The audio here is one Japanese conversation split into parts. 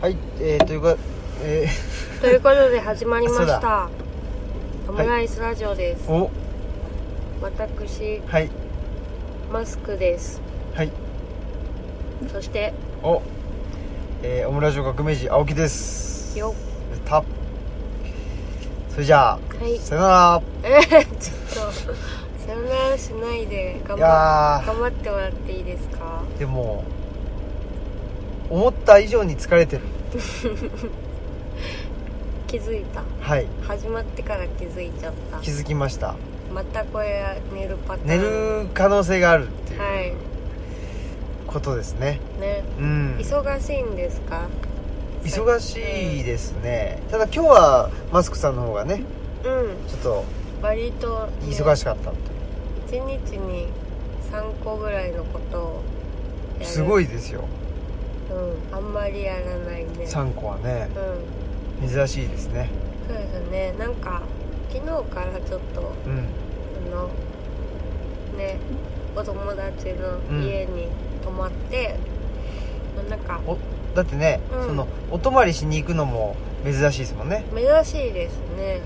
はい、えー、というか、えということで始まりまそうしただオムライスラジオです、ー、 お、私はい、マスクですはい、そしてお、えー、オムラジオ革命児青木です。よやった。それじゃあ、 はいさよなら。えー、ちょっとさよならしないで頑い張やっ頑張ってもらっていいですかー、でも、思った以上に疲れてる。気づいたはい、始まってから気づいちゃった気づきました。またこれ寝るパターン寝る可能性があるっていうはことですね。いねうん。忙しいんですか忙しいですね。ただ今日はマスクさんの方がね、うんちょっと割と、忙ししかったっていうい1日に3個ぐらいのことをやるすごいですよ。うんあんまりやらないね3個はねう、ん珍しいですね。そうですねなんか昨日からちょっとうん。あのねお友達の家に泊まって、まあなんかおだってね、うんそのお泊まりしに行くのも珍しいですもんね珍しいですね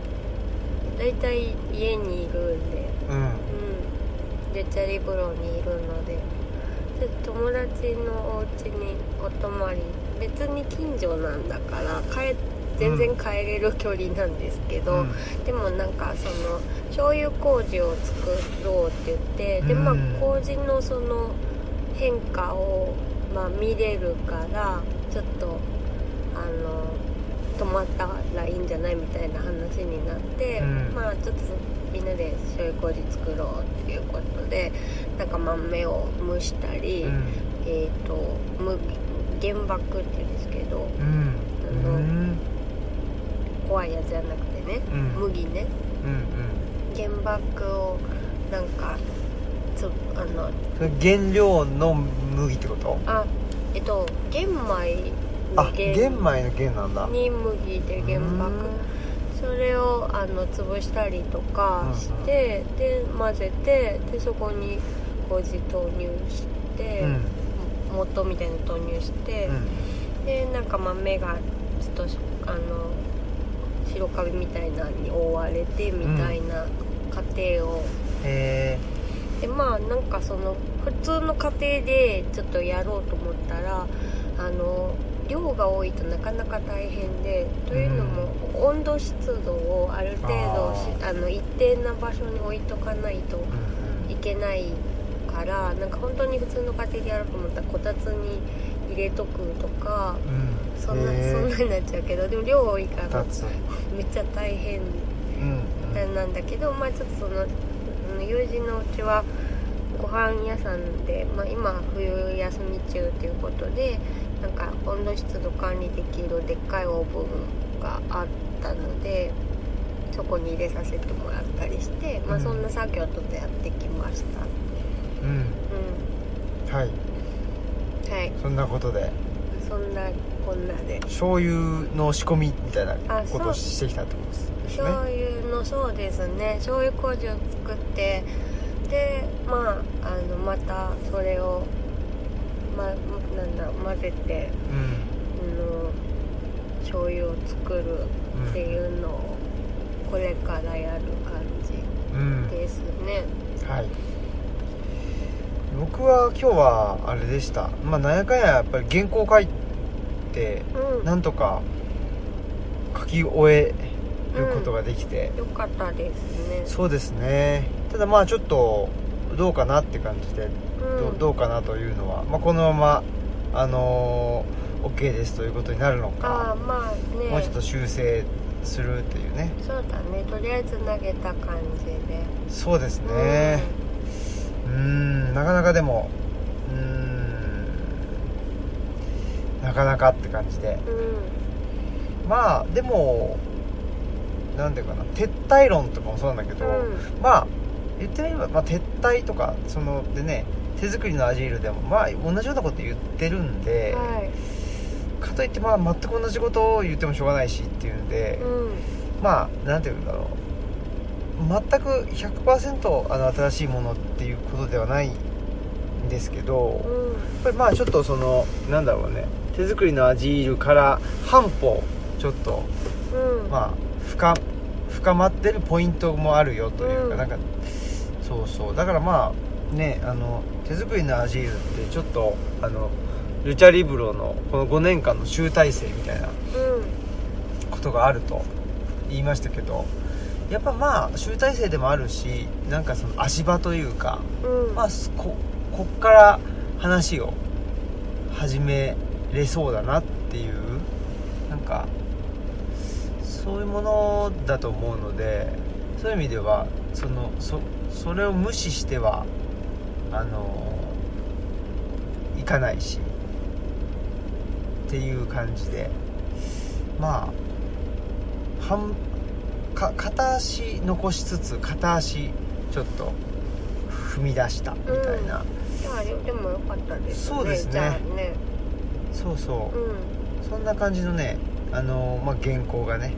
だいたい家にいるんでうんうんでチャリブロにいるのでで友達のお家にお泊まり別に近所なんだから帰全然帰れる距離なんですけど、うんでもなんかその醤油麹を作ろうって言ってでまあうん麹のその変化をまあ見れるからちょっとあの止まったらいいんじゃないみたいな話になって、うんまあちょっとみんなで醤油麹作ろうっていうことでなんか豆を蒸したり、うんえっ、とむ原爆って言うんですけどうんうあのん怖いやつじゃなくてね、うん麦ねうん原爆をなんかつあのそれ原料の麦ってことあえっと玄米のあ玄米の原なんだに麦で原爆それをあの潰したりとかして、で混ぜてでそこに麹投入して、うんも元みたいなの投入してう、んでなんか豆がちょっとあの白カビみたいなのに覆われてみたいな過程をへえでまあなんかその普通の家庭でちょっとやろうと思ったらあの量が多いとなかなか大変でというのも、温度湿度をある程度しあの一定な場所に置いとかないといけないからなんか本当に普通の家庭でやろうと思ったらこたつに入れとくとかうんそんな、そんなになっちゃうけどでも量多いか2らつめっちゃ大変うんなんだけど、まあ、ちょっとそのうん友人のうちはご飯屋さんで、まあ、今冬休み中ということでなんか温度湿度管理できるでっかいオーブンがあったのでそこに入れさせてもらったりして、まうあ、んそんな作業ちょっとやってきました、うんうはいん、はいそんなことでそんなこんなで醤油の仕込みみたいなあこそとをうしてきたってことですね醤油のそうですね醤油麹を作ってでまああのまたそれを、ま、なんだ混ぜてあうの醤油を作るんっていうのをこれからやる感うんうんじですねはい僕は今日はあれでしたまあ何やかんややっぱり原稿書いてうん、なんとか書き終えることができて、よかったですねそうですねただまあちょっとどうかなって感じで、どうんどうかなというのは、まあ、このままあのー OK ですということになるのあかあまあねもうちょっと修正するっていうねそうだねとりあえず投げた感じでそうですね、うーんなかなかでもうーんなかなかって感じでうん、うんまあでもなんていうかな撤退論とかもそうなんだけど、うまあ言ってみれば、まあ、撤退とかそのでね手作りのアジールでもまあ同じようなこと言ってるんで、ん、はいかといってまあ全く同じことを言ってもしょうがないしっていうんで、うんまあなんていうんだろう全く100%あの新しいものっていうことではないんですけど、うんやっぱりまあちょっとそのなんだろうね手作りのアジールから半歩ちょっとうんまあ深深まってるポイントもあるよというか、うんなんかそうそうだからまあねあの手作りのアジールってちょっとあのルチャリブロのこの5年間の集大成みたいなうことがあると言いましたけどやっぱまあ集大成でもあるしなんかその足場というかんうんまあすここっから話を始めれそうだなっていうなんかそういうものだと思うのでそういう意味ではそのそそれを無視してはあのいかないしっていう感じでまあ半か片足残しつつ片足ちょっと踏み出したみたいな、じゃああれでもよかったですねそうですねじゃあねそうそうう、んそんな感じのねあの、まあ、原稿がね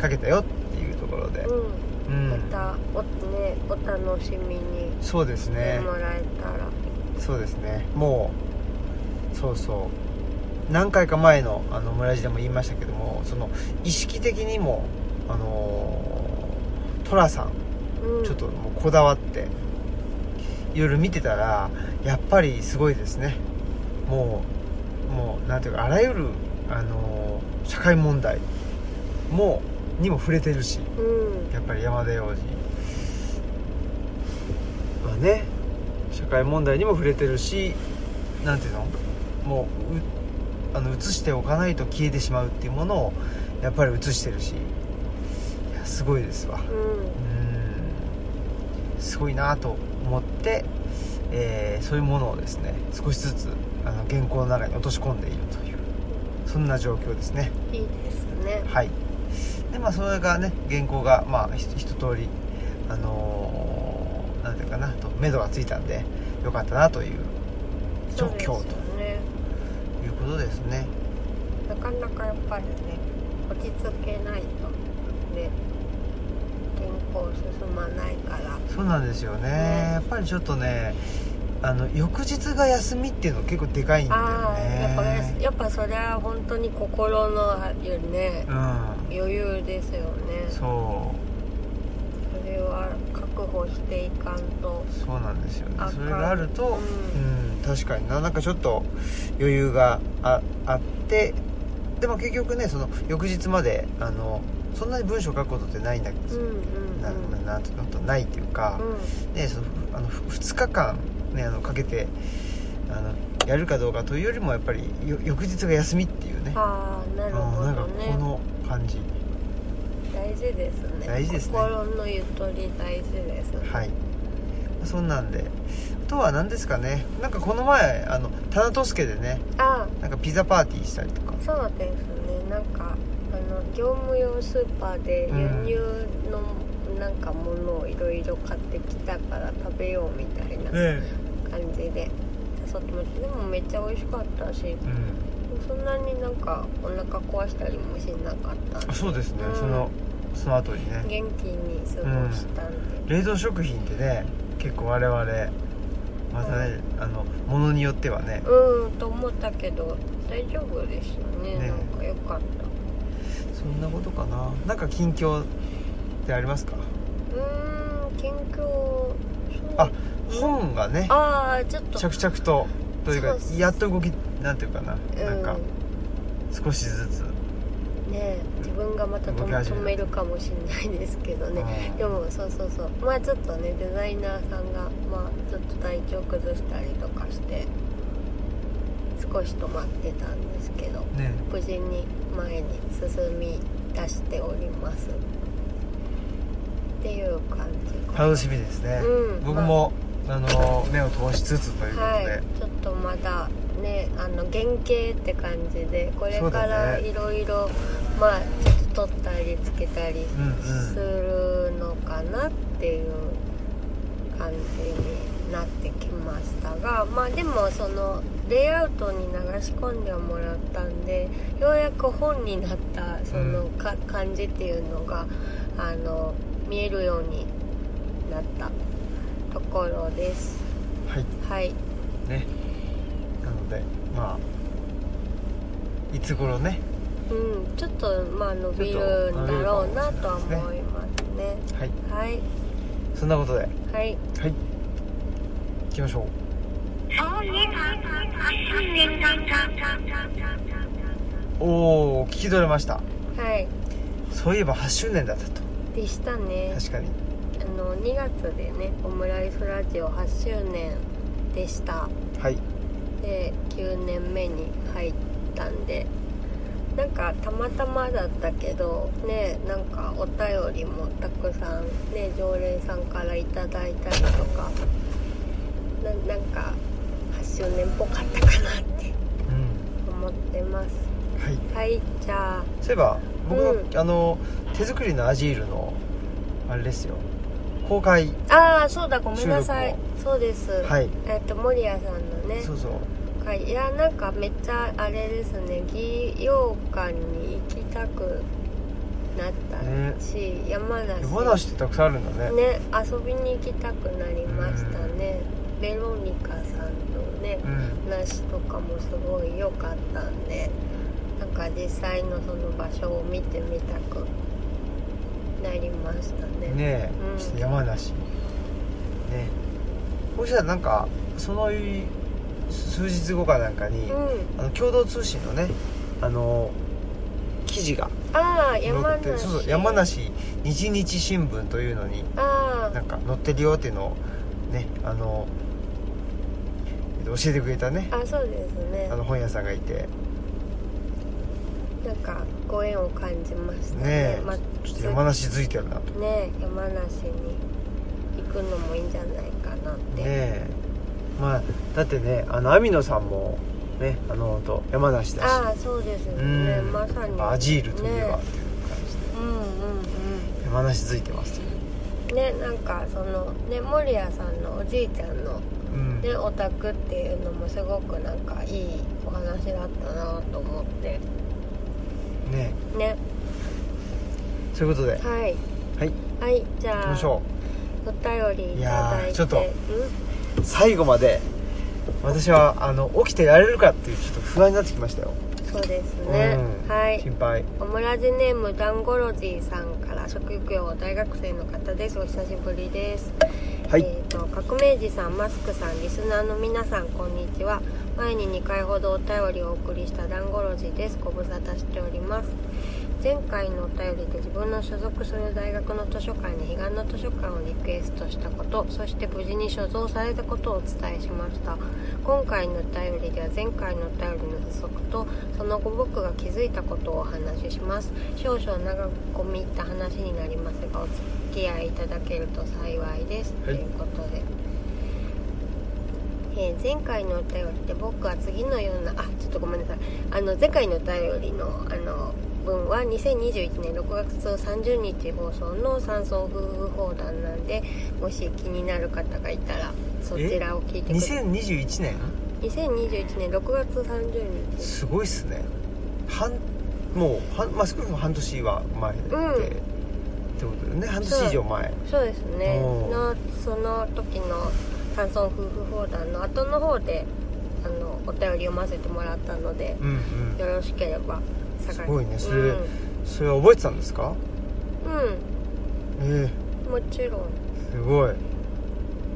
書けたよっていうところで、ううんまん、たおねお楽しみにそうですしてねもらえたら、そうですねもうそうそう何回か前のあの村地でも言いましたけどもその意識的にもあの寅さんうんちょっともうこだわって夜見てたらやっぱりすごいですねもうもうなんていうかあらゆる、あのー社会問題もにも触れてるしうんやっぱり山田洋次はね社会問題にも触れてるしなんていうのもううあの映しておかないと消えてしまうっていうものをやっぱり映してるしいやすごいですわ。うんうんすごいなと思って、えーそういうものをですね少しずつあの原稿の中に落とし込んでいるというそんな状況ですねいいですねはいでまあそれがね原稿がまあひ一通りあのーなんていうかなと目処がついたんでよかったなという状そうですよ況とねいうことですねなかなかやっぱりね落ち着けないとね健康進まないからそうなんですよね、ねやっぱりちょっとねあの翌日が休みっていうの結構でかいんだよねああやっぱねやっぱそれは本当に心のねうん余裕ですよねそそうれは確保していかんとそうなんですよねあそれがあるとう、うん確かにななんかちょっと余裕がああってでも結局ねその翌日まであのそんなに文章書くことってないんだけうど、んうんなななんていうのないっていうか、うんねそのあのふ2日間、ね、あのかけてあのやるかどうかというよりもやっぱりよ翌日が休みっていうねああなうるんほなんどかこねの感じ大事ですね大事ですね心のゆとり大事ですはいそんなんであとは何ですかねなんかこの前あのタナトスケでねあなんかピザパーティーしたりとかそうですねなんかあの業務用スーパーで輸入のなんかものをいろいろ買ってきたから食べようみたいなね感じで誘ってもらってでもめっちゃ美味しかったしうんそんなになんかお腹壊したりもしなかったんであそうですね、うんそのその後にね元気に過ごしたんで、冷凍食品ってね結構我々またね、あのものによってはねうん、と思ったけど大丈夫でしたねねなんか良かったそんなことかななんか近況ってありますかうーん近況そうあ本がねあーちょっと着々とというかそうそうやっと動きなんていうかな、なんかう少しずつ、ん、ね自分がまたと動き始め止めるかもしれないですけどねうんでもそうそうそうまあちょっとねデザイナーさんがまあちょっと体調崩したりとかして少し止まってたんですけどね無事に前に進み出しておりますっていう感じかな楽しみですね、うん僕も、あの目を通しつつということで、はい、ちょっとまだねあの原型って感じでこれそうかだらねいろいろまあちょっと取ったりつけたりうんうんするのかなっていう感じになってきましたがまあでもそのレイアウトに流し込んではもらったんでようやく本になったそのか、感じっていうのがあの見えるようになったところです。はいはいねなのでまあいつ頃ねうん、ちょっとまあ伸びるんだろうなとは思いますねはいはいそんなことではいはい行きましょうおお聞き取れましたはいそういえば8周年だったとでしたね確かにあの2月でねオムライスラジオ8周年でしたはいで9年目に入ったんでなんかたまたまだったけどねなんかお便りもたくさんね常連さんからいただいたりとかななんか8周年っぽかったかなってうん思ってますはいはいじゃあそういえば僕の、うあの手作りのアジールのあれですよ公開ああそうだごめんなさいそうです、はいえっと守谷さんのねそうそうはい、いやなんかめっちゃあれですね義勇館に行きたくなったし、山梨山梨ってたくさんあるんだねね遊びに行きたくなりましたねベロニカさんのねうん話とかもすごい良かったんでなんか実際のその場所を見てみたくなりましたねねえ、うんそして山梨ねそしたらなんかそのい数日後かなんかに、うんあの共同通信のねあの記事がああ山載って梨そうそう山梨日日新聞というのにあなんか載ってるよっていうのをねあのえっと教えてくれたねああそうですねあの本屋さんがいてなんかご縁を感じましたねねえま、ちょっと山梨づいてるなとねえ山梨に行くのもいいんじゃないかなっねて、えまあだってねあの網野さんもねあのほんと山梨だしああそうですよねうんまさにアジールといえばっねていう感じで、うんうん山梨づいてますといううんねなんかそのね守屋さんのおじいちゃんのうんねお宅っていうのもすごくなんかいいお話だったなと思ってねねそういうことではいはいはいじ行きゃまあしょお便りいただいていやーちょっとうんう最後まで私はあの起きてられるかっていうちょっと不安になってきましたよ、そうですね、うんはい心配オムラジネームダンゴロジーさんから職業大学生の方ですお久しぶりです、はい、えっ、と革命児さんマスクさんリスナーの皆さんこんにちは前に2回ほどお便りをお送りしたダンゴロジーですご無沙汰しております前回のお便りで自分の所属する大学の図書館に彼岸の図書館をリクエストしたことそして無事に所蔵されたことをお伝えしました今回のお便りでは前回のお便りの補足とその後僕が気づいたことをお話しします少々長く込み入った話になりますがお付き合いいただけると幸いです、はいということでえー前回のお便りで僕は次のようなあちょっとごめんなさいあの前回のお便りのあの分は2021年6月30日放送の「山村夫婦砲弾」なんでもし気になる方がいたらそちらを聞いてください2021年2021年6月30日すごいっすね半もう半、まあ、少なくとも半年は前で、うんってことでね半年以上前そうですねおのその時の山村夫婦砲弾の後の方であのお便り読ませてもらったのでうんうんよろしければ探しすごいねそれうん、それは覚えてたんですかえうんもちろえんすごい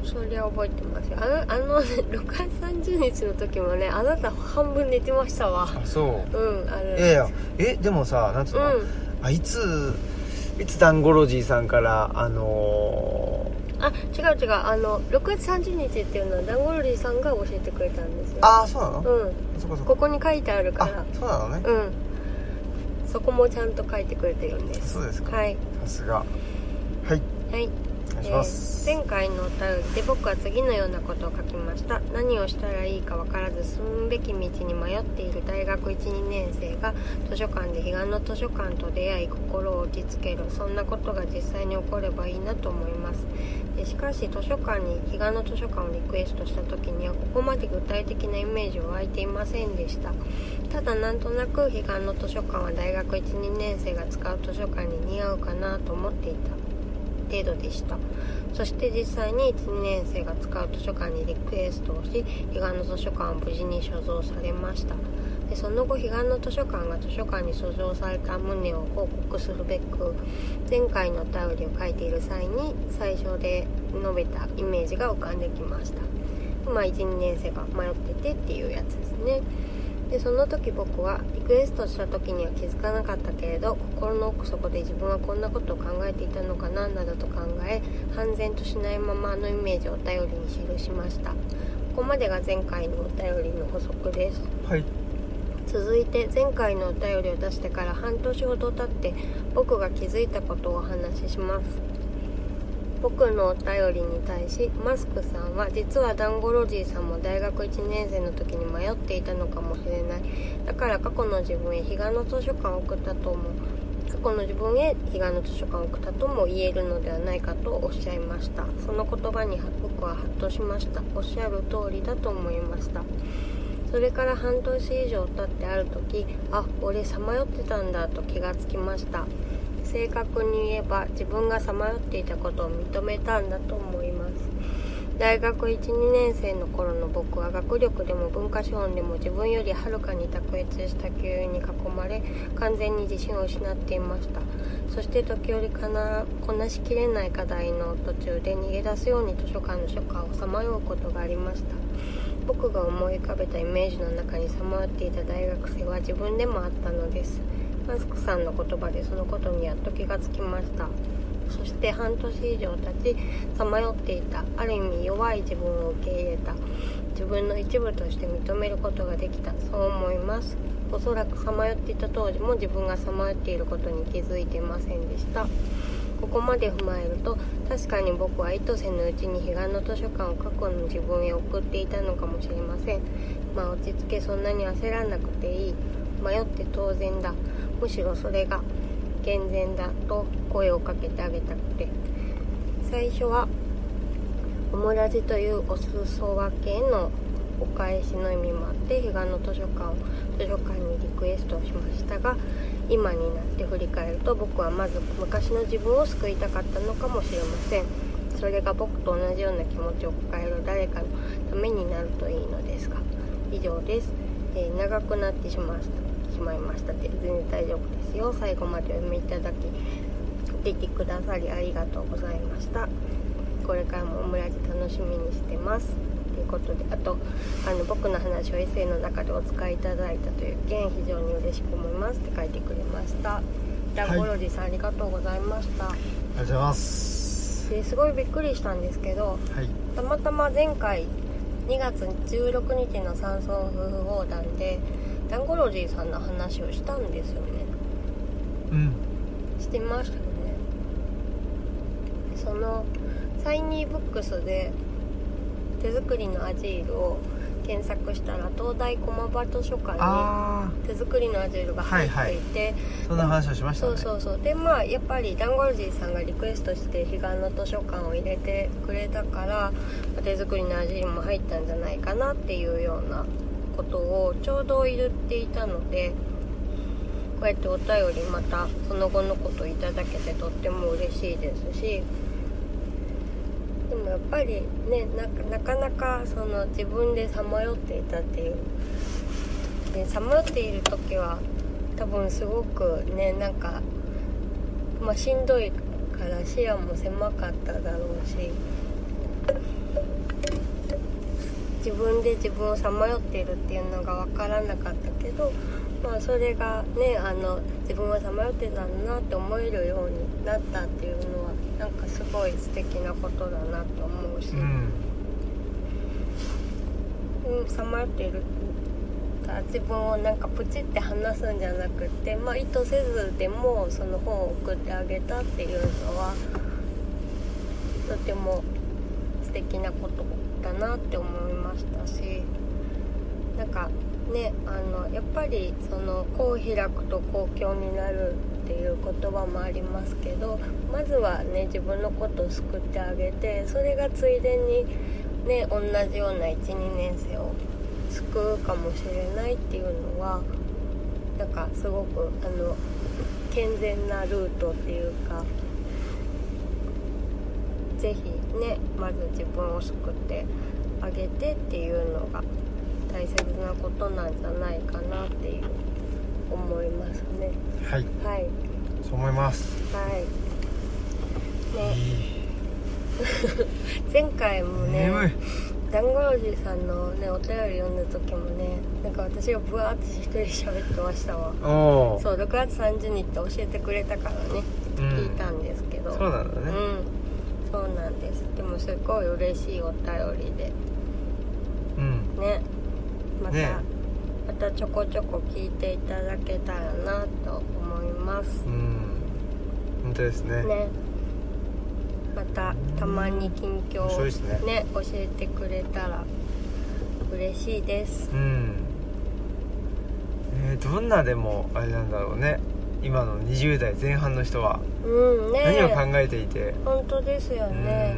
そりゃ覚えてますよあのあのね6月30日の時もねあなた半分寝てましたわあそうんあうれいやいやえでもさなんつううの、んあいついつダンゴロジーさんからあのあ違う違うあの6月30日っていうのはダンゴロリーさんが教えてくれたんですよー、ああそうなの、うんそこそこここに書いてあるかあらそうなのね、うんそこもちゃんと書いてくれてるんですそうですかはいさすがはいはいお願いします、えー前回のお便りで僕は次のようなことを書きました何をしたらいいか分からず進むべき道に迷っている大学12年生が図書館で彼岸の図書館と出会い心を落ち着けるそんなことが実際に起こればいいなと思いますでしかし図書館に彼岸の図書館をリクエストした時にはここまで具体的なイメージは湧いていませんでしたただなんとなく彼岸の図書館は大学12年生が使う図書館に似合うかなと思っていた程度でしたそして実際に1年生が使う図書館にリクエストをし彼岸の図書館は無事に所蔵されましたでその後彼岸の図書館が図書館に訴状された旨を報告するべく前回のお便りを書いている際に最初で述べたイメージが浮かんできましたまあ12年生が迷っててっていうやつですねでその時僕はリクエストした時には気づかなかったけれど心の奥底で自分はこんなことを考えていたのかななどと考え半然としないままあのイメージをお便りに記しましたここまでが前回のお便りの補足ですはい続いて前回のお便りを出してから半年ほど経って僕が気づいたことをお話しします僕のお便りに対しマスクさんは実はダンゴロジーさんも大学1年生の時に迷っていたのかもしれないだから過去の自分へ彼岸の図書館を送ったとも過去の自分へ彼岸の図書館を送ったとも言えるのではないかとおっしゃいましたその言葉に僕はハッとしましたおっしゃる通りだと思いましたそれから半年以上経ってある時あ俺さまよってたんだと気がつきました正確に言えば自分がさまよっていたことを認めたんだと思います大学12年生の頃の僕は学力でも文化資本でも自分よりはるかに卓越した教員に囲まれ完全に自信を失っていましたそして時折かなこなしきれない課題の途中で逃げ出すように図書館の書館をさまようことがありました僕が思い浮かべたイメージの中にさまよっていた大学生は自分でもあったのですマスクさんの言葉でそのことにやっと気がつきましたそして半年以上経ちさまよっていたある意味弱い自分を受け入れた自分の一部として認めることができたそう思いますおそらくさまよっていた当時も自分がさまよっていることに気づいていませんでしたここまで踏まえると確かに僕は意図せぬうちに彼岸の図書館を過去の自分へ送っていたのかもしれませんまあ落ち着けそんなに焦らなくていい迷って当然だむしろそれが健全だと声をかけてあげたくて最初はオムラジというお裾分けへのお返しの意味もあって彼岸の図書館を図書館にリクエストをしましたが今になって振り返ると僕はまず昔の自分を救いたかったのかもしれませんそれが僕と同じような気持ちを抱える誰かのためになるといいのですが以上です、えー長くなってしまいましたしまいましたって全然大丈夫ですよ最後までお読みいただきお聞きくださりありがとうございましたこれからもオムラジ楽しみにしてますということであとあの僕の話をエッセイの中でお使いいただいたという件非常に嬉しく思いますって書いてくれましたダンゴロジーさん、ありがとうございましたありがとうございますですごいびっくりしたんですけどはいたまたま前回2月16日の山村夫婦横断でダンゴロジーさんの話をしたんですよねうんしてましたよねそのサイニーブックスで手作りのアジールを検索したら東大駒場図書館あに手作りのアジールが入っていて、あそんな話をしましたそねうそうそうでまあやっぱりダンゴルジーさんがリクエストして彼岸の図書館を入れてくれたからまあ手作りの味にも入ったんじゃないかなっていうようなことをちょうど言っていたのでこうやってお便りまたその後のことをいただけてとっても嬉しいですしでもやっぱりねななかなかその自分でさまよっていたっていうでさまよっている時は多分すごくねなんか、まあ、しんどいから視野も狭かっただろうし自分で自分をさまよっているっていうのが分からなかったけど、まあ、それがねあの自分はさまよってたんだなって思えるようになったっていうのはなんかすごい素敵なことだなと思うし。うんさまよっている自分をなんかプチって話すんじゃなくて、まあ、意図せずでもその本を送ってあげたっていうのはとても素敵なことだなって思いましたしなんかねあのやっぱりその「こう開くと公共になる」っていう言葉もありますけどまずはね自分のことを救ってあげてそれがついでにね同じような12年生を救うかもしれないっていうのはなんかすごくあの健全なルートっていうかぜひねまず自分を救ってあげてっていうのが大切なことなんじゃないかなっていう思いますねはいはいそう思いますはいいねい前回もね眠いダンゴロジーさんのねお便り読んだ時もねなんか私がブワーって一人で喋ってましたわおおそう6月30日って教えてくれたからねうん聞いたんですけど、そうなんだねうんそうなんですでもすごい嬉しいお便りでうんねまた、ねまたちょこちょこ聞いていただけたらなと思いますうん、本当ですねねまたたまに近況面白いですねをね教えてくれたら嬉しいですうんえーどんなでもあれなんだろうね今の20代前半の人はうんね何を考えていて、本当ですよね、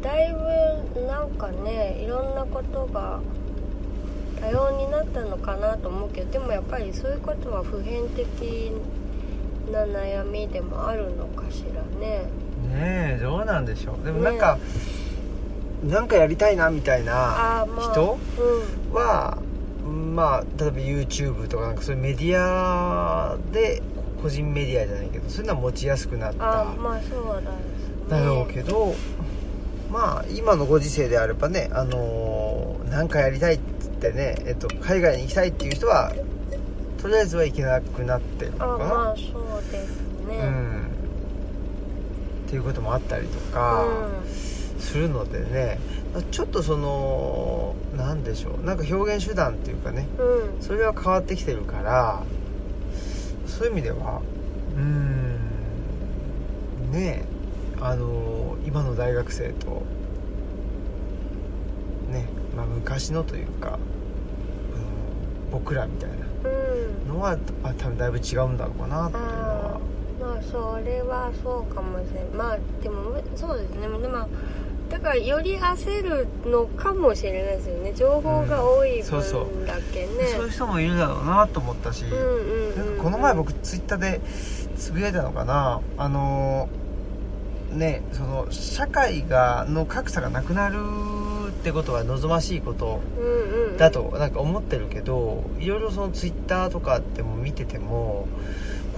だいぶなんかねいろんなことが多様になったのかなと思うけどでもやっぱりそういうことは普遍的な悩みでもあるのかしらねうんねえどうなんでしょうでもなんか、なんかやりたいなみたいなああまあ人うはうんまあ例えば YouTube とかなんかそういうメディアで個人メディアじゃないけどそういうのは持ちやすくなっんああたまあそうだですねだろうけど、まあ今のご時世であればね、あのーなんかやりたいっつってね、えっと、海外に行きたいっていう人はとりあえずは行けなくなってるのあかな、まあそうですねうん、っていうこともあったりとかするのでね、ちょっとそのなんでしょうなんか表現手段っていうかねうん、うん、それは変わってきてるからそういう意味ではうーんねえあの今の大学生とね、まあ、昔のというか、うん、僕らみたいなうんのはあ多分だいぶ違うんだろうなっていうのあはーまあそれはそうかもしれないまあでもそうですねでもまあだからより焦るのかもしれないですよね情報が多いそうそう分だけね、そういう人もいるだろうなと思ったし、うんうんうんなんかこの前僕ツイッターでつぶやいたのかなあのーねその社会がの格差がなくなるってことは望ましいことうんうんうんだとなんか思ってるけどいろいろそのツイッターとかっても見てても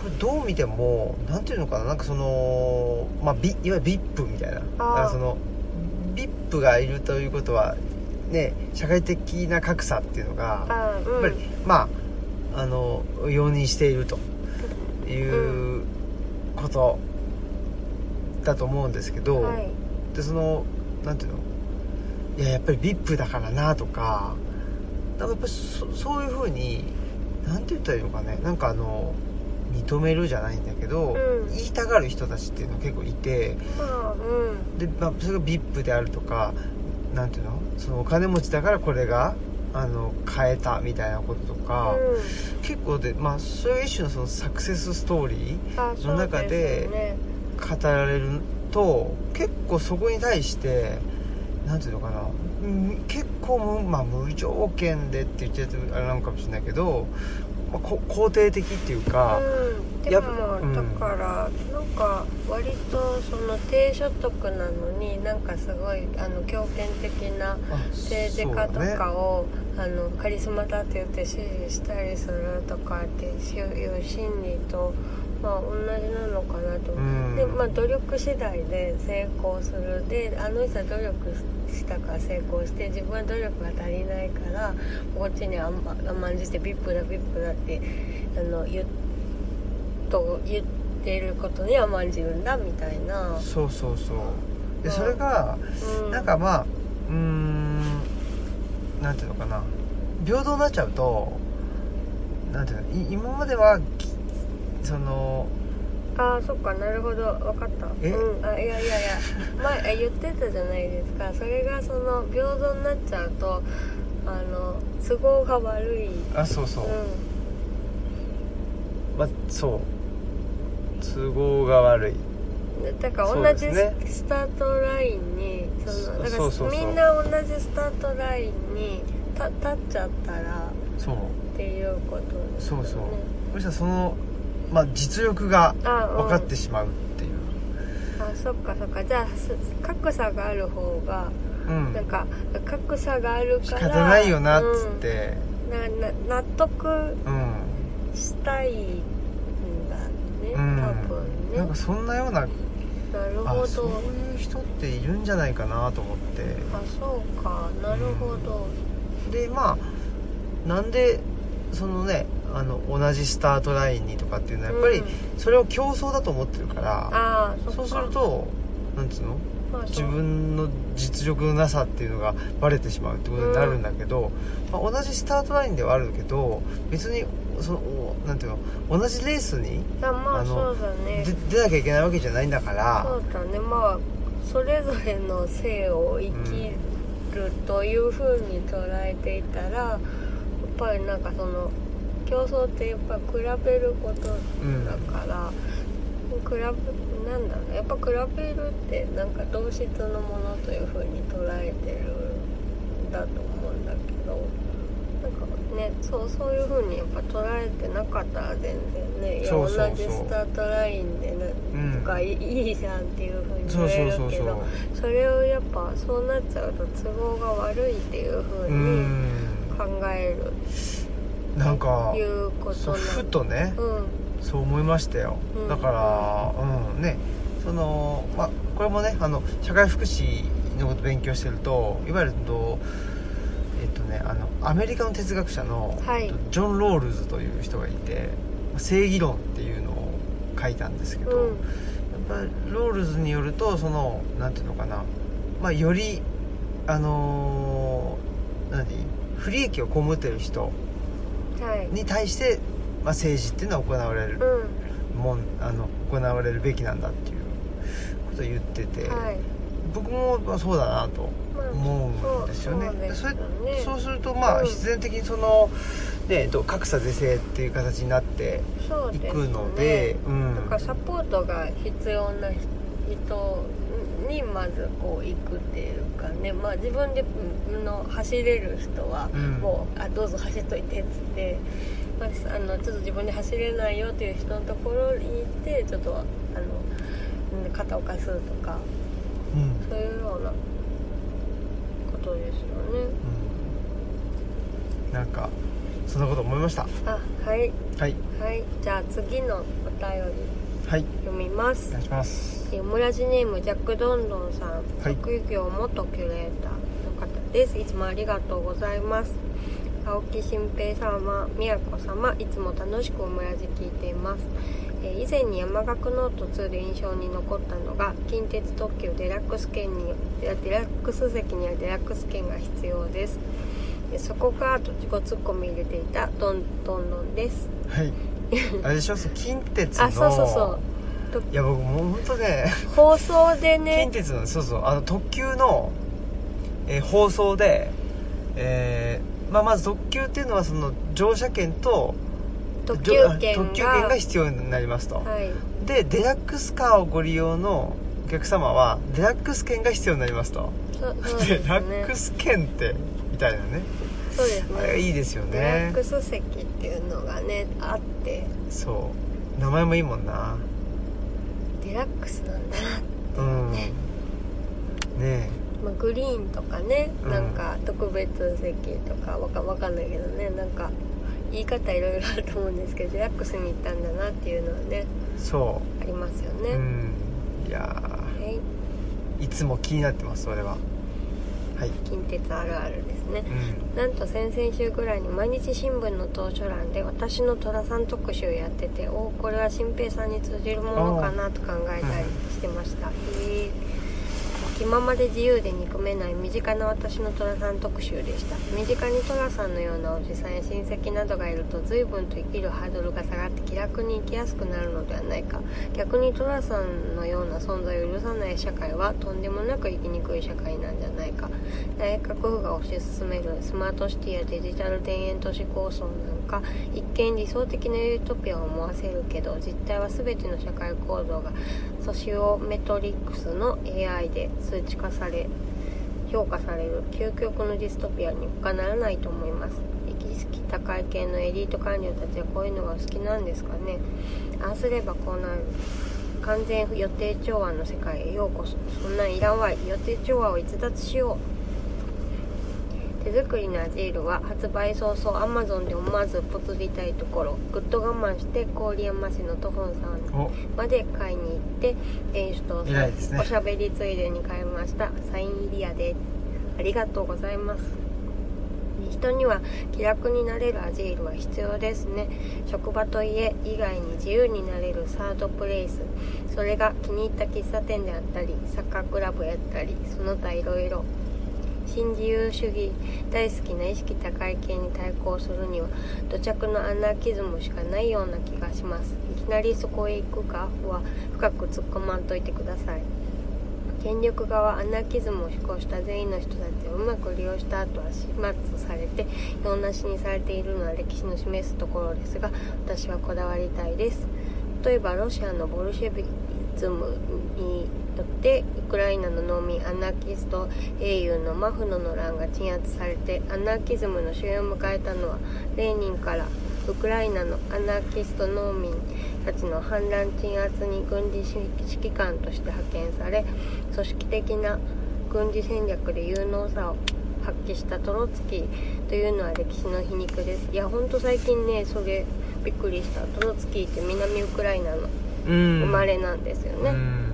これどう見てもなんていうのかななんかその、まあ、ビいわゆる VIP みたいなだからその VIP がいるということはね社会的な格差っていうのがあー、うやっん、ぱり、まああの容認しているということだと思うんですけど、はいでそのなんていうのいややっぱり VIP だからなとかなんかやっぱりそそういうふうになんて言ったらいいのかねなんかあの認めるじゃないんだけど、うん言いたがる人たちっていうの結構いてまあうんで、まあ、それが VIP であるとかなんていうのそのお金持ちだからこれがあの買えたみたいなこととか。うん結構で、まあ、そういう一種のそのサクセスストーリーあの中でそうすよね語られると結構そこに対してなんていうのかなうん結構無,、まあ、無条件でって言っちゃうとあれなのかもしれないけど、まあ、こ肯定的っていうか、うん、でやもっぱうんだからなんか割とその低所得なのになんかすごいあの強権的なあ政治家とかを、あのカリスマだって言って支持したりするとかっていう心理と、まあ、同じなのかなとそうだねう思う、んでまあ、努力次第で成功するであの人は努力したから成功して自分は努力が足りないからこっちに甘甘んじてビップだビップだってあの言っと言ってることに甘んじるんだみたいな、そうそうそうでうんそれがうん、なんかまあうーんなんていうのかな平等になっちゃうとなんていうのい今まではきそのああそっかなるほど分かったえうん、あいやいやい や前あ言ってたじゃないですかそれがその平等になっちゃうとあの都合が悪い、うん、あそうそう、まあそう都合が悪いでだかそうら同でじすス,、ねタートラインにそのだからそうそうそうそうみんな同じスタートラインにた立っちゃったらそうっていうことですよねそうそしたらその、まあ、実力があうん分かってしまうっていうあそっかそっかじゃあす格差がある方がうん、うんなんか格差がある仕から方ないよなっつっ、てうんなな納得うん、したいんだね、うん多分ねなんかそんなようななるほどあそういう人っているんじゃないかなと思ってあそうかなるほど、でまあなんでそのねあの同じスタートラインにとかっていうのはやっぱうりんそれを競争だと思ってるから、ああそうすかる、となんつうのまあ、自そう分の実力のなさっていうのがバレてしまうってことになるんだけど、まあ、同じスタートラインではあるけど別にそのおなんていうの同じレースにあまああのそうだね出出なきゃいけないわけじゃないんだからそうだねまあそれぞれの性を生きるというふうに捉えていたら、やっぱりなんかその競争ってやっぱ比べることうんだから、比べなんだろうやっぱ比べるってなんか同質のものというふうに捉えてるんだと思うんだけどなんかねそうそういうふうにやっぱ捉えてなかったら全然ねいやそうそうそう同じスタートラインでねうんとかいいいじゃんっていうふうにそ言うそえうるそうけそうどそれをやっぱそうなっちゃうと都合が悪いっていうふううにん考えるなんかというこそうとなふんとねうんそう思いましたよ、うんだからうんねそのまあこれもねあの社会福祉のこと勉強してるといわゆるとえっとねあのアメリカの哲学者の、はいえっとジョン・ロールズという人がいて正義論っていうのを書いたんですけど、うんやっぱりロールズによるとそのなんていうのかな、まあ、よりあのー何不利益を被っている人はいに対して、まあ、政治っていうのは行われるうもんあの行われるべきなんだっていうことを言ってて、んはい僕もまあそうだなとまあ思うんですよね。そうそうですそよれねそうするとまあうん必然的にその、ね、えっと格差是正っていう形になってそういですねくのでうんだからサポートが必要な人にまずこう行くっていうかねまあ自分でうんの走れる人はうんもう、あどうぞ走っといてっつって、まあ、あのちょっと自分で走れないよっていう人のところに行ってちょっとあのうん肩を貸すとかうんそういうようなことですよねうんなんかそんなこと思いましたあはいはいはいじゃあ次のお便りはい読みますお願いしますえーオムラジネームジャックドンドンさん、はい職業元キュレーターの方ですいつもありがとうございます青木新平様宮子様いつも楽しくオムラジ聞いていますえー以前に山岳ノート2で印象に残ったのが近鉄特急デラックス券にデラックス席にはデラックス券が必要ですでそこかと自己ツッコミ入れていたドンドンドンです はいあれでしょそう近鉄のあそうそうそういや僕もう本当ね放送でね近鉄のそうそうあの特急の、えー放送で、えーまあ、まず特急っていうのはその乗車券と特急乗あ券が特急券が必要になりますと、はいでデラックスカーをご利用のお客様はデラックス券が必要になりますとそうそうデですラッねク。ス券ってみたいなねそうですあれね。いいですよデラッねクス席っていうのがねあってそう名前もいいもんなデラックスなんだな。うんねねえまあ、グリーンとかね、うんなんか特別席とかわかわかんないけどねなんか言い方いろいろあると思うんですけどデラックスに行ったんだなっていうのはねそありますよう、ね。うんいやはい、ーいつも気になってますそれははい近鉄あるあるですね。うなんと先々週ぐらいに毎日新聞の当初欄で私の寅さん特集やってておおこれは新平さんに通じるものかなと考えたりしてました、へえ気ままで自由で憎めない身近な私の寅さん特集でした身近に寅さんのようなおじさんや親戚などがいると随分と生きるハードルが下がって気楽に生きやすくなるのではないか逆に寅さんのような存在を許さない社会はとんでもなく生きにくい社会なんじゃないか内閣府が推し進めるスマートシティやデジタル田園都市構想なんか一見理想的なユートピアを思わせるけど実態は全ての社会構造がソシオメトリックスの AI で数値化され評価される究極のディストピアに他ならないと思います意識高い系のエリート官僚たちはこういうのが好きなんですかねああすればこうなる完全予定調和の世界へようこそそんなんいらんわい予定調和を逸脱しよう手作りのアジールは発売早々 Amazon で思わずポツりたいところぐっと我慢して郡山市の徒歩さんおまで買いに行って店主と偉いですねおしゃべりついでに買いましたサイン入りやでありがとうございます人には気楽になれるアジールは必要ですね職場と家以外に自由になれるサードプレイスそれが気に入った喫茶店であったりサッカークラブやったりその他いろいろ新自由主義大好きな意識高い系に対抗するには土着のアナーキズムしかないような気がしますいきなりそこへ行くかは深く突っ込まんといてください権力側アナーキズムを施行した善意の人たちをうまく利用した後は始末されて用なしにされているのは歴史の示すところですが私はこだわりたいです例えばロシアのボルシェビズムによってウクライナの農民アナーキスト英雄のマフノの乱が鎮圧されてアナーキズムの主演を迎えたのはレーニンからウクライナのアナーキスト農民たちの反乱鎮圧に軍事指揮官として派遣され組織的な軍事戦略で有能さを発揮したトロツキーというのは歴史の皮肉ですいやほんと最近ねそれびっくりしたトロツキーって南ウクライナのうん生まれなんですよね、うん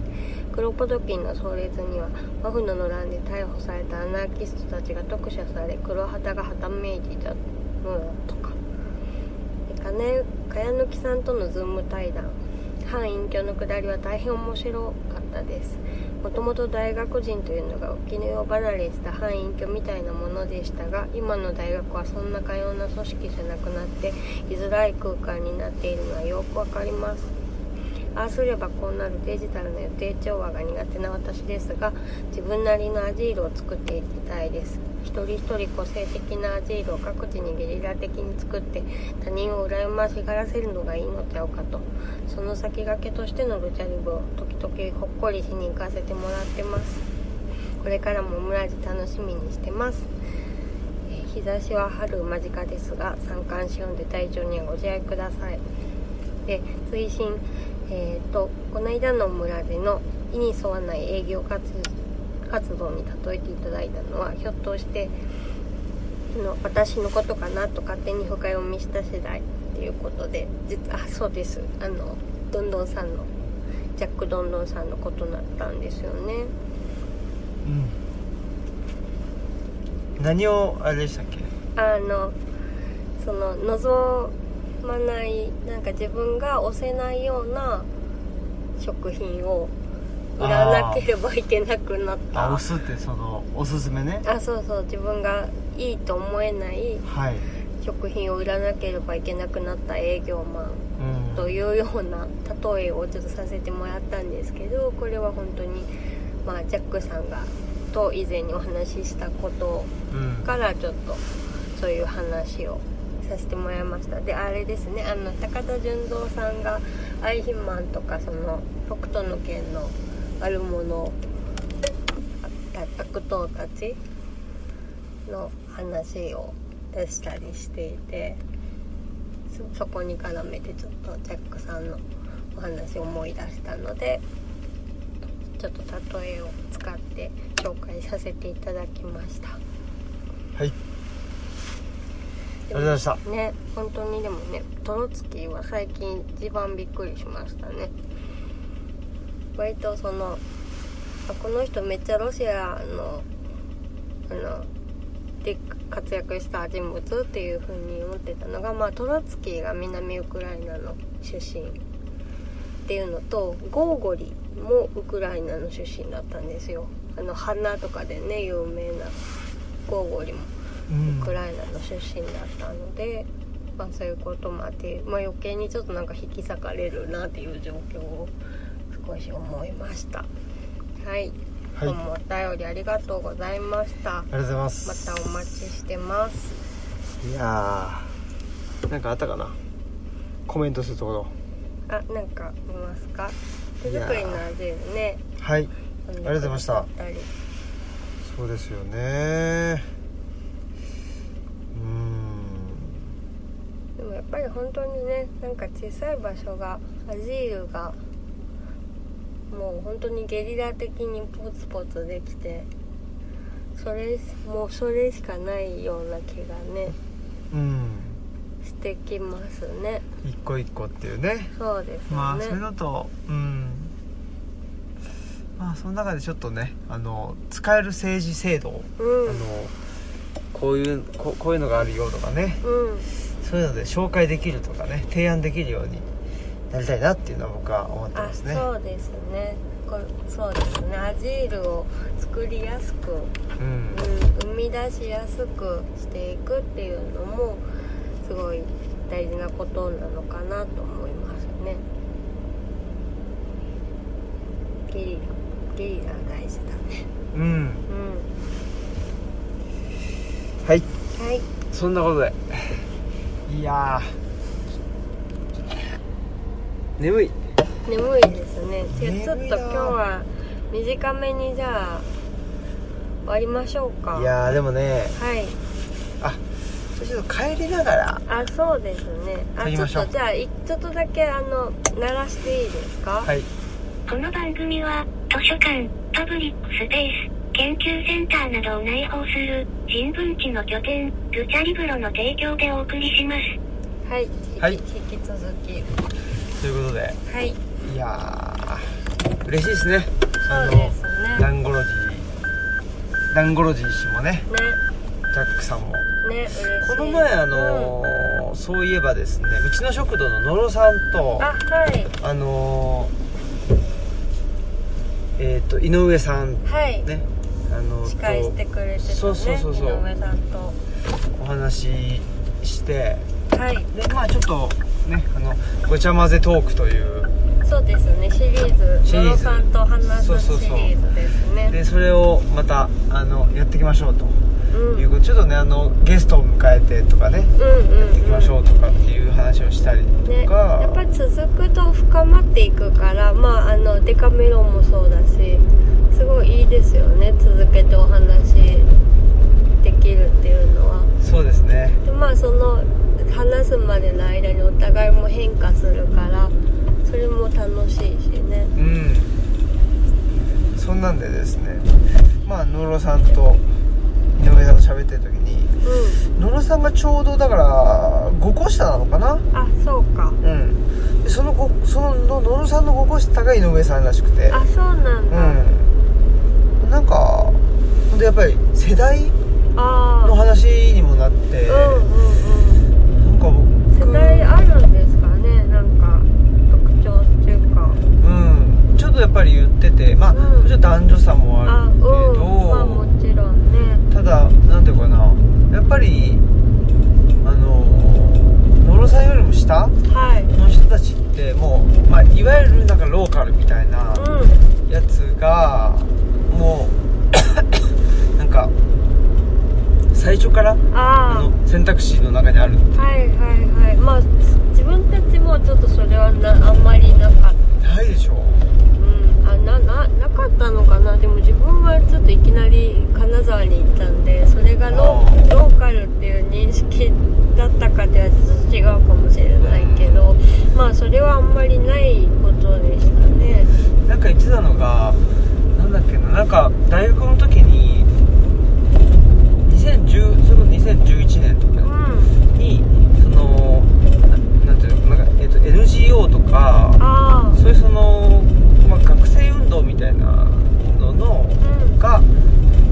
クロポドキンの葬列にはマフノの乱で逮捕されたアナーキストたちが特赦され黒旗がはためいていたのだとか金茅抜きさんとのズーム対談反隠居のくだりは大変面白かったですもともと大学人というのが浮世離れした反隠居みたいなものでしたが今の大学はそんなかような組織じゃなくなって居づらい空間になっているのはよくわかりますああすればこうなるデジタルの予定調和が苦手な私ですが自分なりのアジールを作っていきたいです一人一人個性的なアジールを各自にゲリラ的に作って他人を羨ましがらせるのがいいのちゃうかとその先駆けとしてのルチャリブを時々ほっこりしに行かせてもらってますこれからもオムラジ楽しみにしてますえー日差しは春間近ですが三寒四温で体調にはご自愛くださいで推進えっ、とこの間の村での意に沿わない営業活活動に例えていただいたのはひょっとしてあの私のことかなと勝手に深読みした次第っていうことで実あそうですあのどんどんさんのジャックどんどんさんのことだったんですよねうん何をあれでしたっけあのその望まないなんか自分が押せないような食品を売らなければいけなくなったあお酢ってそのおすすめねあそうそう自分がいいと思えないはい、食品を売らなければいけなくなった営業マうん、ンというような例えをちょっとさせてもらったんですけどこれは本当に、まあ、ジャックさんがと以前にお話ししたことうんからちょっとそういう話をさせてもらいましたであれですねあの高田純三さんがアイヒマンとかその北斗の拳のあるものた悪党たちの話を出したりしていてそそこに絡めてちょっとジャックさんのお話を思い出したのでちょっと例えを使って紹介させていただきました。はいありがとうございましたね本当にでもねトロツキーは最近一番びっくりしましたね割とそのあこの人めっちゃロシアのあので活躍した人物っていう風に思ってたのが、まあ、トロツキーが南ウクライナの出身っていうのとゴーゴリもウクライナの出身だったんですよあの花とかでね有名なゴーゴリもうんウクライナの出身だったので、まあ、そういうこともあって、まあ、余計にちょっとなんか引き裂かれるなっていう状況を少し思いましたはい、はいどうもお便りありがとうございましたありがとうございますまたお待ちしてますいやーなんかあったかなコメントするとこあなんか見ますか手作りのアジールねろはいありがとうございましたそうですよねうーんでもやっぱり本当にねなんか小さい場所がアジールがもう本当にゲリラ的にポツポツできてそれもうそれしかないような気がねうんしてきますね一個一個っていうねそうですまよあねそういうのとうんまあその中でちょっとねあの使える政治制度を、うんあのこういうここういうのがあるよとかねうんそういうので紹介できるとかね提案できるようになりたいなっていうのは僕は思ってあますねそうですねこれそうですねアジールを作りやすく、うん、うん生み出しやすくしていくっていうのもすごい大事なことなのかなと思いますねゲリラゲリラ大事だねうんうんはいはいそんなことでいやー眠い眠いですねじゃ眠いなあちょっと今日は短めにじゃあ終わりましょうかいやーでもねはいちょっと帰りながらあそうですねあ撮りちょまっしょうとじゃあいちょっとだけあの鳴らしていいですかはいこの番組は、図書館、パブリックスペース、研究センターなどを内包する、人文地の拠点、ルチャリブロの提供でお送りします。はい、はい引き続きということではいいやー嬉しいですねそうですあのねダンゴロジーダンゴロジー氏もねねジャックさんもね嬉しいこの前あのーそういえばですねうちの食堂の野呂さんうとんあはいあのーえっ、と井上さんはい、ねあのー司会してくれてたねそうそうそうそう井上さんとお話ししてはいでまあちょっとねあのごちゃ混ぜトークというそうですねシリーシズリーズ野呂さんと話そうすシそうそうリーズですねでそれをまたあのやっていきましょうとうんいうことちょっとねあのゲストを迎えてとかねうんうやん、うん、っていきましょうとかっていう話をしたりとね、か、やっぱ続くと深まっていくからまああのデカメロンもそうだしすごいいいですよね続けてお話できるっていうのはそうですねでまあその話すまでの間にお互いも変化するからそれも楽しいしねうんそんなんでですねまあ野呂さんと井上さんと喋ってる時にう野呂さんがちょうどだから5個下なのかなんあそうかうんでそのごその野呂さんの5個下が井上さんらしくてあそうなんだ、うんなんかほんとやっぱり世代あのあ話にもなって、うんうんうんなんか僕世代あるんですかねなんか特徴っていうかうんちょっとやっぱり言っててまあ、うもんちろん男女差もああうるんけど、まあもちろんねただなんていうかなやっぱりあの野呂さんよりも下はい。の人たちってもう、まあ、いわゆるなんかローカルみたいなうやつが、もうなんか最初からん。ああの選択肢の中にあるあ。はいはいはい。まあ自分たちもちょっとそれはなあんまりなかった。ないでしょうん。あなななかったのかな。でも自分はちょっといきなり金沢に行ったんで、それがロあーローカルっていう認識だったかではちょっと違うかもしれないけど、まあそれはあんまりないことでしたね。なんか言ってたのがなんだっけななんか大学の時に2010それこそ2011年とかうん。にそのななんていうのなんか、えっと NGO とかあそういうその、まあ、学生運動みたいなののあ。うん。が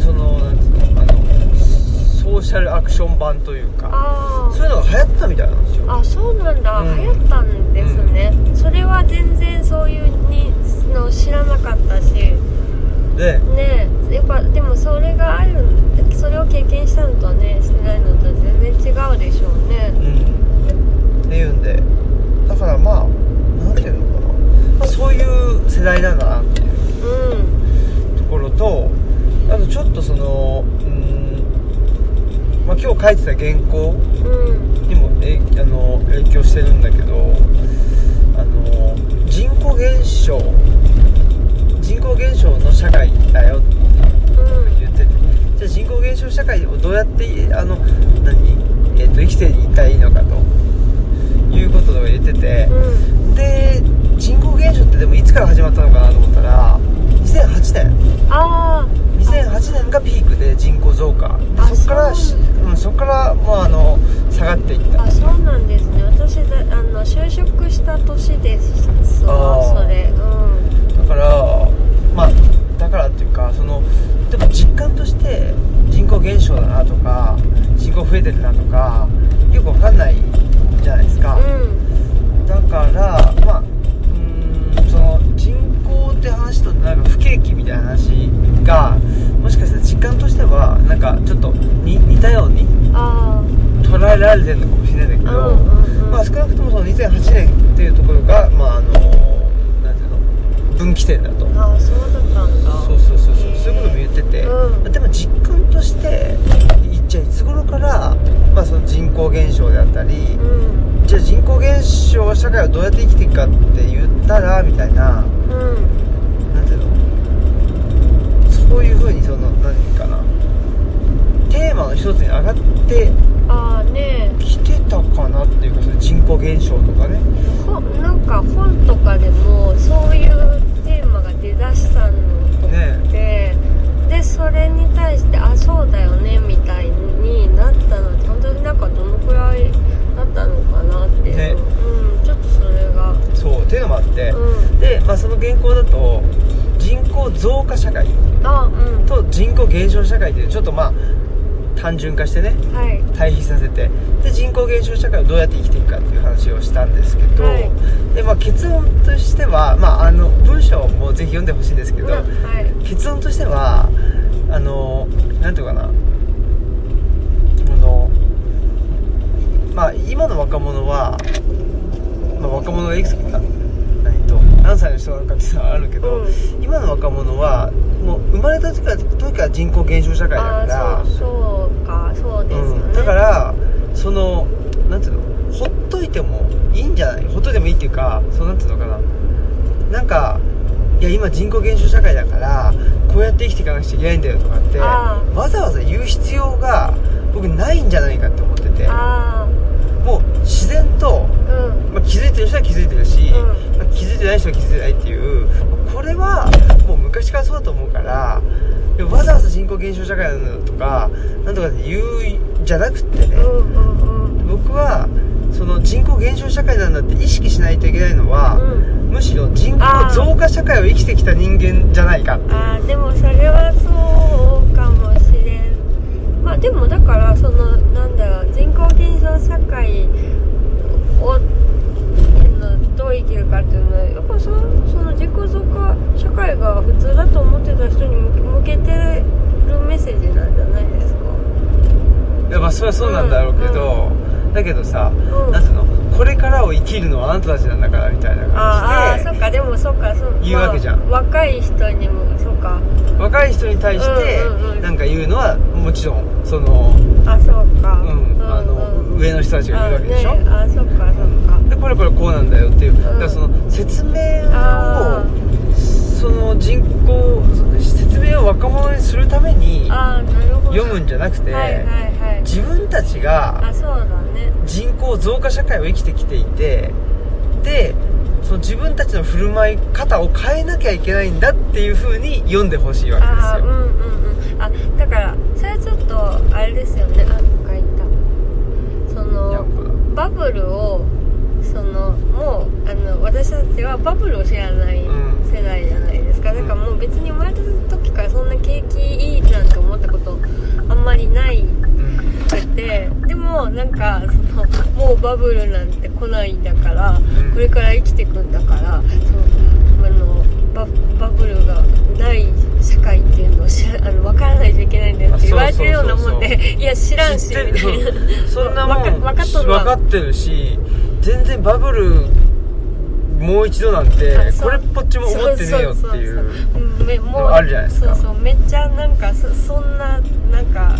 そのなんていうのあのソーシャルアクション版というかああ。そういうのが流行ったみたいなんですよ。あそうなんだ、うん流行ったんですね、それは全然そういうにの知らなかったしねでえやっぱでもそれがあるそれを経験したのとねしてないのと全然違うでしょうねうんっていうんでだからまあなんていうのかな、まあ、そういう世代なんだなっていううんところとあとちょっとそのうーん、まあ、今日書いてた原稿うんにもえあの影響してるんだけどあの人口減少人口減少の社会だよってうん言っててじゃあ人口減少社会をどうやってあの何、えっと生きていったらいいのかということを言っててうんで人口減少ってでもいつから始まったのかなと思ったら2008年ああ2008年がピークで人口増加であそっからそううん、そっからもうあの下がっていったあそうなんですね私だあの就職した年ですあそーうそれうだんからまあだからっていうかその例えば実感として人口減少だなとか人口増えてるなとかよくわかんないじゃないですか、うんだからまあうーんその人口って話となんか不景気みたいな話がもしかしたら実感としてはなんかちょっとに似たようにあ捉えられてるのかもしれないんだけあど、うんうんうんまあ、少なくともその2008年っていうところが、まあ、あのなんていうの分岐点だと。ああそうだったんだそうそうそうそうへーそういうことも言ってて、うんでも実感としてじゃあいつ頃から、まあ、その人口減少であったり、うんじゃあ人口減少社会はどうやって生きていくかって言ったらみたいなうんなんていうのそういうふうにその何かなテーマの一つに上がってああねきてたかなっていうかその人口減少とかねえほなんか本とかでもそういうテーマが出だしたのとねででそれに対してあそうだよねみたいになったのって本当になんかどのくらいだったのかなって、ねうんちょっとそれがうんそうっていうのもあって、で、まあ、その原稿だと人口増加社会あうんと人口減少社会っていうちょっとまあ単純化してねはい対比させてで人口減少社会をどうやって生きていくかっていう話をしたんですけど、はいでまあ、結論としては、まあ、あの文章もぜひ読んでほしいんですけうんど、はい結論としてはあのなんていうのかなあの、まあ、今の若者は、まあ、若者がいくつか何と何歳の人なのかっていうのはあるけど、うん今の若者はもう生まれた時から時から人口減少社会だかあらーそうそうかそうですよね、うん、だからそのなんていうのほっといてもいいんじゃないほっといてもいいっていうかそうなんていうのかななんかいや今人口減少社会だからこうやって生きていかなくちゃいけないんだよとかってあーわざわざ言う必要が僕ないんじゃないかって思っててあもう自然と、あうんまあ、気づいてる人は気づいてるし、うまあ気づいてない人は気づいてないっていうこれはもう昔からそうだと思うからいやわざわざ人口減少社会なのとかなんとかって言うんじゃなくってね、うんうんうん僕はその人口減少社会なんだって意識しないといけないのは、うんむしろ人口増加社会を生きてきた人間じゃないかあーでもそれはそうかもしれんまあでもだからそのなんだろう人口減少社会をのどう生きるかっていうのはやっぱそその人口増加社会が普通だと思ってた人に向け向けてるメッセージなんじゃないですかいやまあそれはそうなんだろうけど、だけどさ、うんなんていうのこれからを生きるのはあなたたちなんだからみたいなあーあ感じーそっかでもそっかそう言うわけじゃんまあ若い人にもそっかで若い人に対してうんうんうんなんか言うのはもちろんその、あそうかうんあの上の人たちが言うわけでしょ、あ,、ね、あそっかそっかでこれこれこうなんだよっていう、だからうんその説明あをその人口説明を若者にするためにああなるほど読むんじゃなくて、はいはいはい自分たちあがそうだね人口増加社会を生きてきていてでその自分たちの振る舞い方を変えなきゃいけないんだっていう風に読んでほしいわああけですうよんうんうんあだからそれはちょっとあれですよねあなんかいたそにゃのんこだバブルをそのもうあの私たちはバブルを知らないうん世代じゃないですか、だからもう別に生まれた時からそんな景気いいなんて思ったことあんまりないうんくてでもなんかそのもうバブルなんて来ないんだからんこれから生きていくんだからそのあのババブルがない社会っていうのを知らあの分からないといけないんだよって言われてるようなもんあそうそう でいや知らんし知 ってみたいなそうそんなもんわかわかっとるわわかってるし全然バブルもう一度なんてあそこうれっぽっちも思ってねえよっていそううそうそううんめもうあるじゃないですかそうそうめっちゃなんかそそんななんか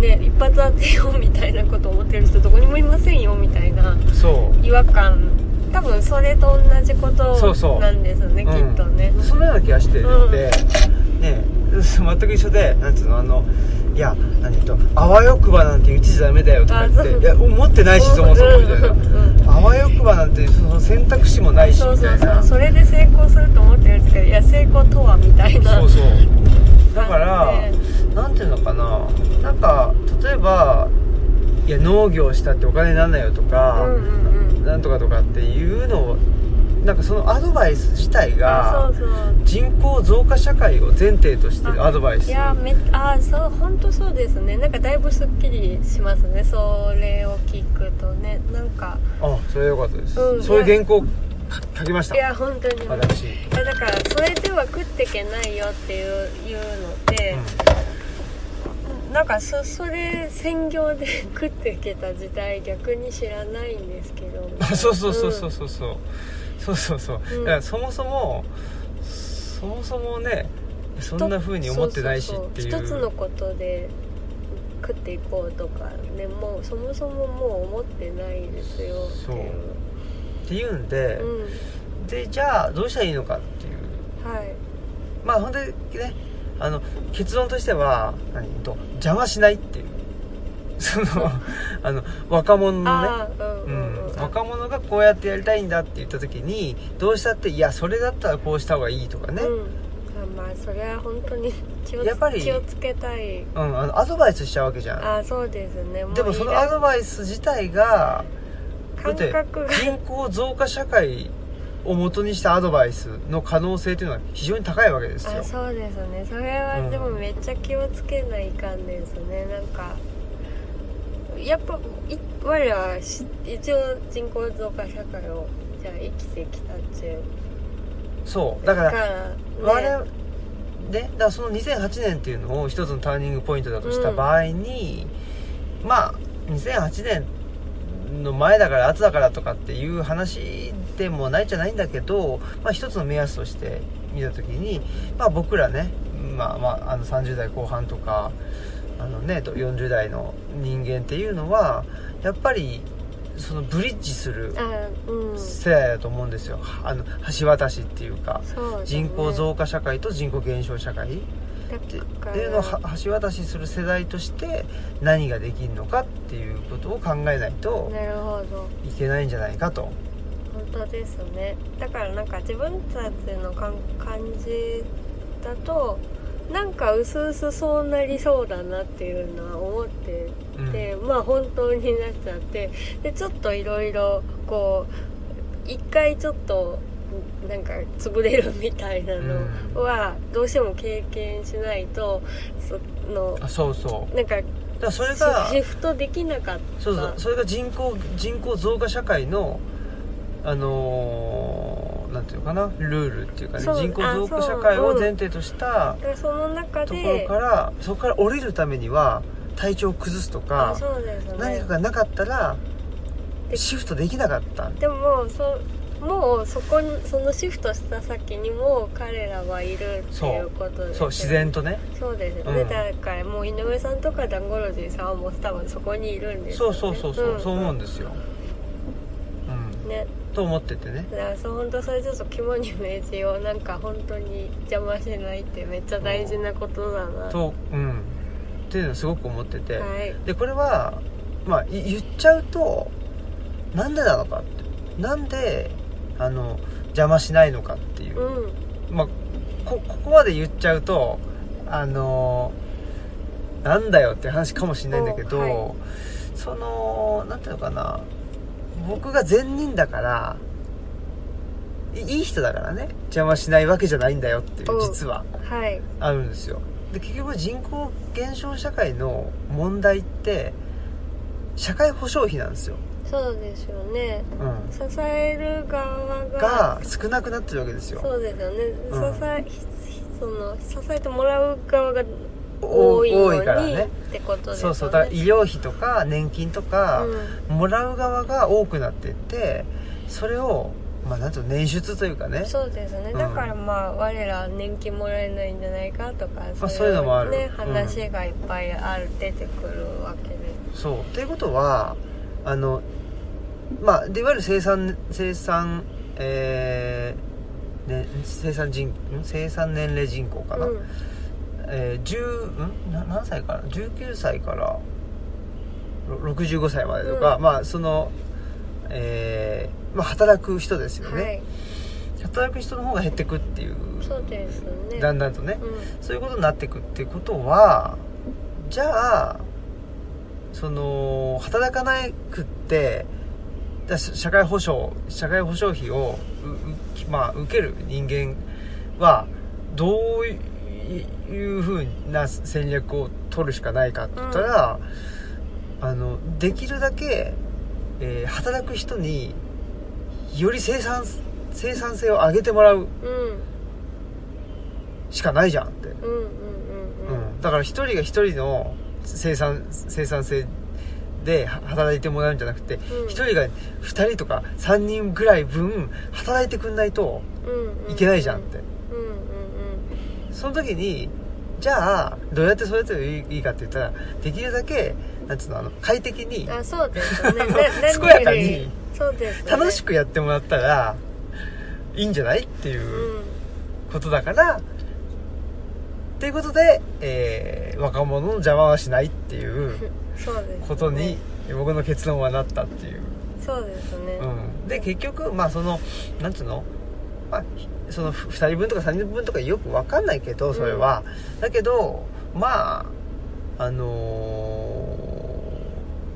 ね一発当てようみたいなこと思ってる人どこにもいませんよみたいな。そう違和感多分それと同じことそうそうなんですねうんきっとねそんなような気がしてて、うんねえ 全く一緒でなんつうのあのいや何とあわよくばなんて言っちゃダメだよとか言っあそてういや思ってないしそもそもみたいな、うんあわよくばなんてその選択肢もないしそうみそたういそうなそれで成功すると思ってるんですけどいや成功とはみたいなそうそうだから感じでなんていうのかななんか例えばいや農業したってお金にならないよとか、うんうんうんなんとかとかっていうのをなんかそのアドバイス自体あがそうそう人口増加社会を前提としてるアドバイスいやめあそう本当そうですねなんかだいぶすっきりしますねそれを聞くとねなんかあそれよかったです、うんそういう原稿書書きましいたや本当にいやだ私、うんからそれでは食ってけないよっていういうので、なんかそそれ専業で食ってけた時代逆に知らないんですけど そうそうそうそうそうそうそうそうそううんだからそもそもそもそもねそんな風に思ってないしっていうそそそ一つのことで食っていこうとかねもうそもそももう思ってないですよっていうっていうんで、うんでじゃあどうしたらいいのかっていうはいまあほんでねあの結論としては何と邪魔しないっていう そ のあの若者のねああううんうんうん、ん若者がこうやってやりたいんだって言った時にどうしたっていやそれだったらこうした方がいいとかね、うんうん、まあそれは本当に気をつやっぱり気をつけたいあのアドバイスしちゃうわけじゃんあそうですねもうでもそいのらアドバイス自体がだっ感て覚が人口増加社会を元にしたアドバイスの可能性というのは非常に高いわけですよあそうですねそれうはんでもめっちゃ気をつけないかんですねなんかやっぱい我らはし一応人口増加社会をじゃあ生きてきたっちゅうそうだからら、ね、我々ね、だからその2008年っていうのを一つのターニングポイントだとした場合に、まあ2008年の前だから後だからとかっていう話でもないじゃないんだけど、まあ、一つの目安として見た時に、まあ、僕らね、まあまあ、あの30代後半とかあの、ね、と40代の人間っていうのはやっぱりそのブリッジするあうんそ世代だと思うんですよあの橋渡しっていうか。うだね人口増加社会と人口減少社会だってからっていうのをは橋渡しする世代として何ができるのかっていうことを考えないとなるほどいけないんじゃないかと、本当ですねだからなんか自分たちのかん感じだとなんかうすうすそうなりそうだなっていうのは思ってうんて、まあ本当になっちゃってでちょっといろいろこう一回ちょっとなんか潰れるみたいなのはどうしても経験しないとそのあそうそうなんかだからそれが シシフトできなかったそうそうそれが人口人口増加社会のあのーなんていうのかなルールっていうかねそう人口あ増加そ社う会をうん前提としただからその中ところでからそこから降りるためには体調を崩すとあかそうですね何かがなかったらでシフトできなかったでもそうもうそこにそのシフトした先にもう彼らはいるっていうことですそうよ自然とねそうですよね、うんだからもう井上さんとかダンゴロジーさんはもう多分そこにいるんですそようねそうそうそう、そう思うんですよ、うんねうん、と思っててねだからそう本当それちょっと肝に銘じようなんか本当に邪魔しないってめっちゃ大事なことだなとうんっていうのはすごく思ってて、はいでこれはまあい言っちゃうとなんでなのかってなんであの邪魔しないのかっていうう、んまあこここまで言っちゃうとあのなんだよって話かもしれないんだけど、おはそのなんていうのかな僕が善人だからいいい人だからね邪魔しないわけじゃないんだよっていうお実ははいあるんですよで結局人口減少社会の問題って社会保障費なんですよ、そうですよねうん、支える側が少なくなってるわけですよそうですよね、うん支えひその支えてもらう側がお多いのに多いからねってことですよそうそねうだから医療費とか年金とか、うんもらう側が多くなってってそれをまあなんていうの捻出というかねそうですね、うんだからまあ我ら年金もらえないんじゃないかとか、あそういうのもあるねうん話がいっぱいある出てくるわけでそうということはあのまあでいわゆる生産生産えーね、生産人ん生産年齢人口かな、うんえー、10んな何歳から19歳からろ65歳までとか、うんまあそのえーまあ、働く人ですよね、はい働く人の方が減ってくっていうそうですねだんだんとねうんそういうことになってくっていうことはじゃあその働かなくってだし社会保障社会保障費をううまあ、受ける人間はどういうふうな戦略を取るしかないかって言ったら、あのできるだけ、えー働く人により生産生産性を上げてもらううんしかないじゃんってうんうんうんうんだから一人が一人の生産生産性では働いてもらうんじゃなくてうん一、人が二人とか三人ぐらい分働いてくんないとうんうんいけないじゃんって、うんうんその時にじゃあどうやってそうやっていいかって言ったらできるだけなんつうのあの快適にうんあそうで すよねな健やか何よにりそうですよね楽しくやってもらったらいいんじゃないっていうう。ん ことだからっていうことで、えー若者の邪魔はしないっていうそうですねことに僕の結論はなったっていう、そうですねうん、で結局まあそのなんつうの,、まあ、ひそのふ2人分とか3人分とかよくわかんないけどそれは、だけどまああのー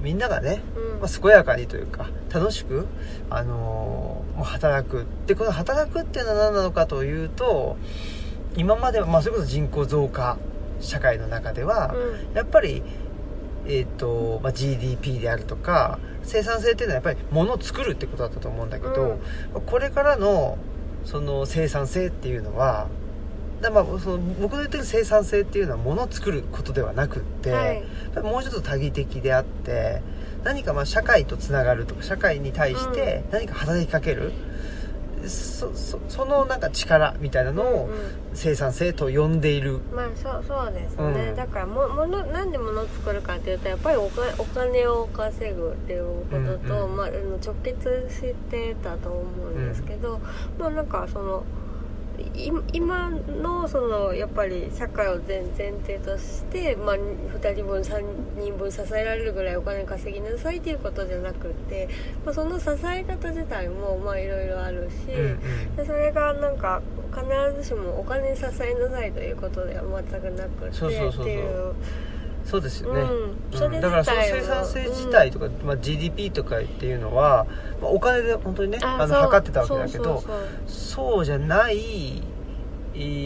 みんながねうんまあ、健やかにというか楽しく、あのーもう働くでこの働くっていうのは何なのかというと今までは、まあ、それこそ人口増加社会の中では、うんやっぱり、えーとまあ、GDP であるとか生産性っていうのはやっぱり物を作るってことだったと思うんだけど、これからのその生産性っていうのはだまあ、その僕の言ってる生産性っていうのは物を作ることではなくって、はいもうちょっと多義的であって何かまあ社会とつながるとか社会に対して何か働きかける、そそそのなんか力みたいなのうをん生産性と呼んでいる、まあそうそうですね、うんだからもものなんで物を作るかっていうとやっぱりおかお金を稼ぐっていうことと、うんうんまあ、あの直結してたと思うんですけど、まあなんかそのい今のそのやっぱり社会を前前提として、まあ、2人分3人分支えられるぐらいお金稼ぎなさいっていうことじゃなくて、まあ、その支え方自体もまあいろいろあるし。うんうんでそれがなんか必ずしもお金に支えなさいということでは全くなくてそうそうそうそうっていう、そうですようね、ん、うそんれ自体は、だからその生産性自体とか、まあ、GDP とかっていうのは、まあお金で本当にねうんあのそう測ってたわけだけどそうそうそうじゃないい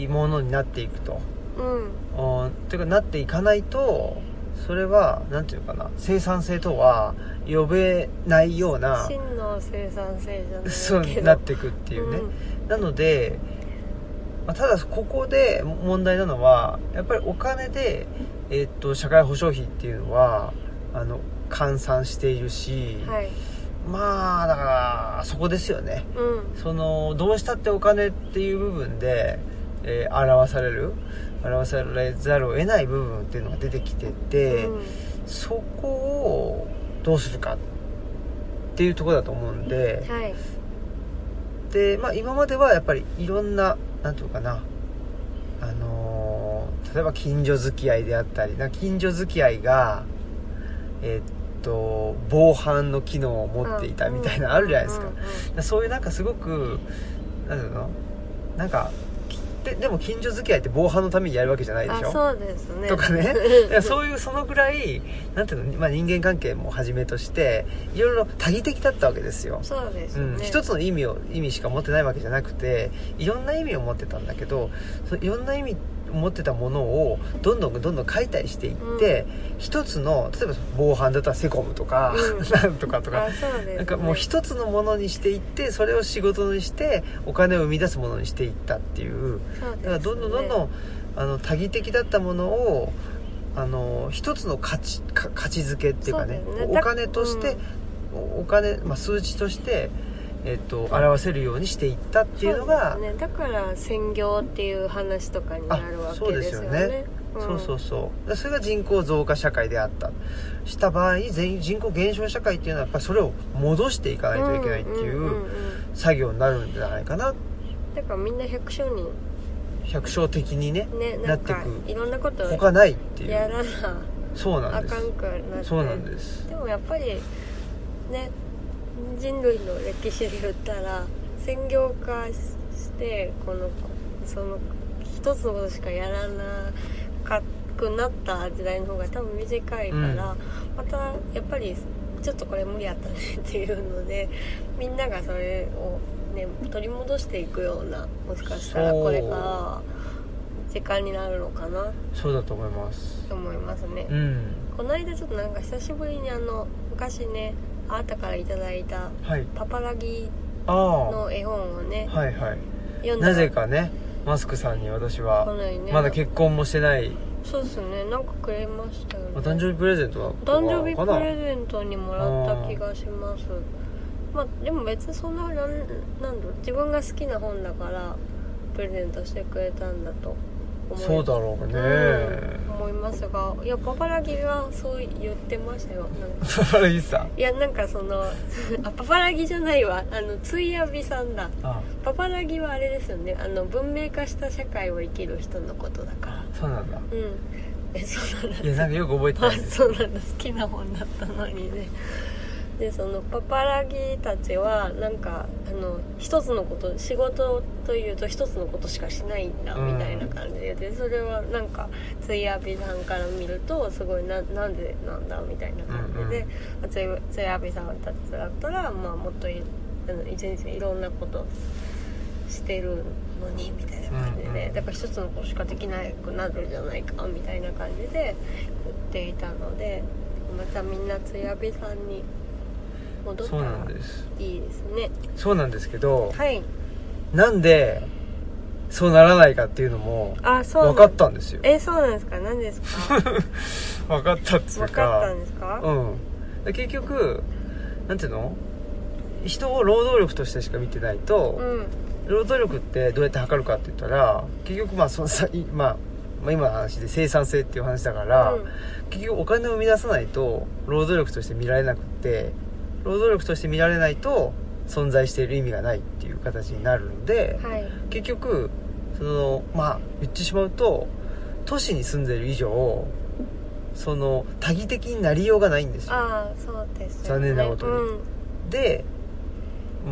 いものになっていくと。そううんうんていうかなっていかないとそれはなんていうかな生産性とは呼べないような真の生産性じゃないけどそうなっていくっていうね、なので、まあただここで問題なのはやっぱりお金で、えっと社会保障費っていうのはあの換算しているし、うん、はいまあだからそこですよねうんそのどうしたってお金っていう部分で、えー表される表されざるを得ない部分っていうのが出てきてて、うんそこをどうするかっていうところだと思うんで、はいで、まあ、今まではやっぱりいろんな何ていうかなあのー例えば近所付き合いであったりな近所付き合いがえっと防犯の機能を持っていたみたいな、あるじゃないですか、うんうんそういうなんかすごくなんていうのなんかきででも近所付き合いって防犯のためにやるわけじゃないでしあょそうですねとか ねだからうそういうそのぐらいなんていうの、まあ、人間関係もはじめとしていろいろ多義的だったわけですよそうですうね、ん、一つの意味を意味しか持ってないわけじゃなくていろんな意味を持ってたんだけどそのいろんな意味を持ってたものをどんどんどんどん解体していって、一つの例えば防犯だったらセコムとか、うんなんとかとかあそうです、ね、なんかもう一つのものにしていってそれを仕事にしてお金を生み出すものにしていったっていうそうですねだからどんどんどんどん、あの多義的だったものをあの一つの価値か価値づけっていうかねそうだよねおだ金として、お金、まあ、数値として、えっと表せるようにしていったっていうのがそうですね、だから専業っていう話とかになるわけですよねあそうですよねんそうそうそうでそれが人口増加社会であったした場合全人口減少社会っていうのはやっぱりそれを戻していかないといけないっていんんんううん作業になるんじゃないかなだからみんな百姓に百姓的にねねななっんてくかいろんなこと他をないっていやうらなそうなあんでかんすくなってそうなんですでもやっぱりね人類の歴史で言ったら専業化してこのその一つのことしかやらなかくなった時代の方が多分短いから、うんまたやっぱりちょっとこれ無理やったねっていうのでみんながそれを、ね、取り戻していくようなもしかしたらそうこれが時間になるのかなそうだと思いますと思いますね。うんこの間ちょっとなんか久しぶりにあの昔ねあなたからいただいたはいパパラギああの絵本をねはいはい読んだなぜかねマスクさんに私こはのようにねまだ結婚もしてないそうですねなんかくれましたよねお誕生日プレゼントだったか誕生日かプなレゼントにもらった気がしますまあでも別にそんななんなんだろう自分が好きな本だからプレゼントしてくれたんだと思いそうだろうね、うん思いますがいやパパラギがそう言ってましたよなんか素晴らしいさいやなんかその あパパラギじゃないわあのついやびさんだ あパパラギはあれですよねあの文明化した社会を生きる人のことだからそうなんだうんえそうなんいだやなんかよく覚えてたあんですそうなんだ好きな本だったのにねでそのパパラギたちはなんかあの一つのこと仕事というと一つのことしかしないんだうんみたいな感じで,、でそれはなんかついやびさんから見るとすごいななんでなんだみたいな感じで、ついついやびさんたちだったら、まあ、もっといあの一日いろんなことしてるのにみたいな感じで、うんうんだから一つのことしかできなくなるじゃないかみたいな感じで言っていたのでまたみんなつやべさんに戻ったそうならんですいいですねそうなんですけど、はいなんでそうならないかっていうのもあそうなん分かったんですよえそうなんですか何です か分かったっつう分かったかんですか、うんで結局なんていうの人を労働力としてしか見てないと、うん労働力ってどうやって測るかって言ったら結局まあそのさ、いまあ、まあ今の話で生産性っていう話だから、うん結局お金を生み出さないと労働力として見られなくって労働力として見られないと存在している意味がないっていう形になるので、はい結局そのまあ言ってしまうと都市に住んでる以上その多義的になりようがないんですよああそうですよね残念なことにうんで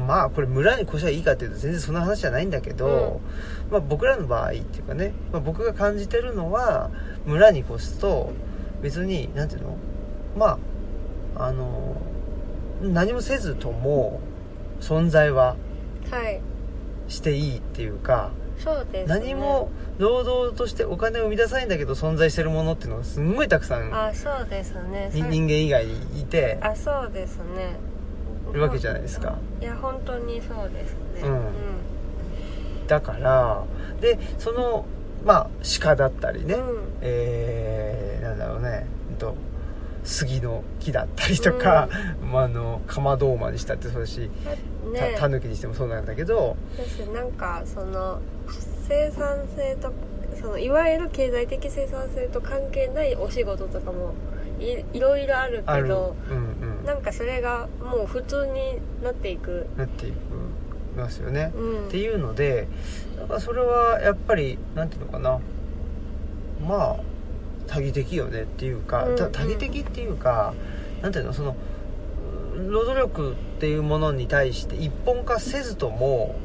まあこれ村に越しはいいかっていうと全然そんな話じゃないんだけど、まあ、僕らの場合っていうかね、まあ、僕が感じてるのは村に越すと別になんていうのまああの何もせずとも存在ははいしていいっていうかそうです、ね、何も労働としてお金を生み出さないんだけど存在してるものっていうのがすんごいたくさんあそうですねにそれ人間以外にいてあそうですねいるわけじゃないですかいや本当にそうですねうんだからでそのまあ鹿だったりね、うんえー、なんだろうね、うんと、杉の木だったりとか、まあ、あのカマドーマにしたってそうだし、ねたタヌキにしてもそうなんだけど私なんかその生産性とそのいわゆる経済的生産性と関係ないお仕事とかもいいろいろあるあける、うんどうん、なんかそれがもう普通になっていく、なっていきますよね。うん、っていうのでだからそれはやっぱりなんていうのかなまあ多義的よねっていうか、うんた多義的っていうかなんていうのそのうん労働力っていうものに対して一本化せずとも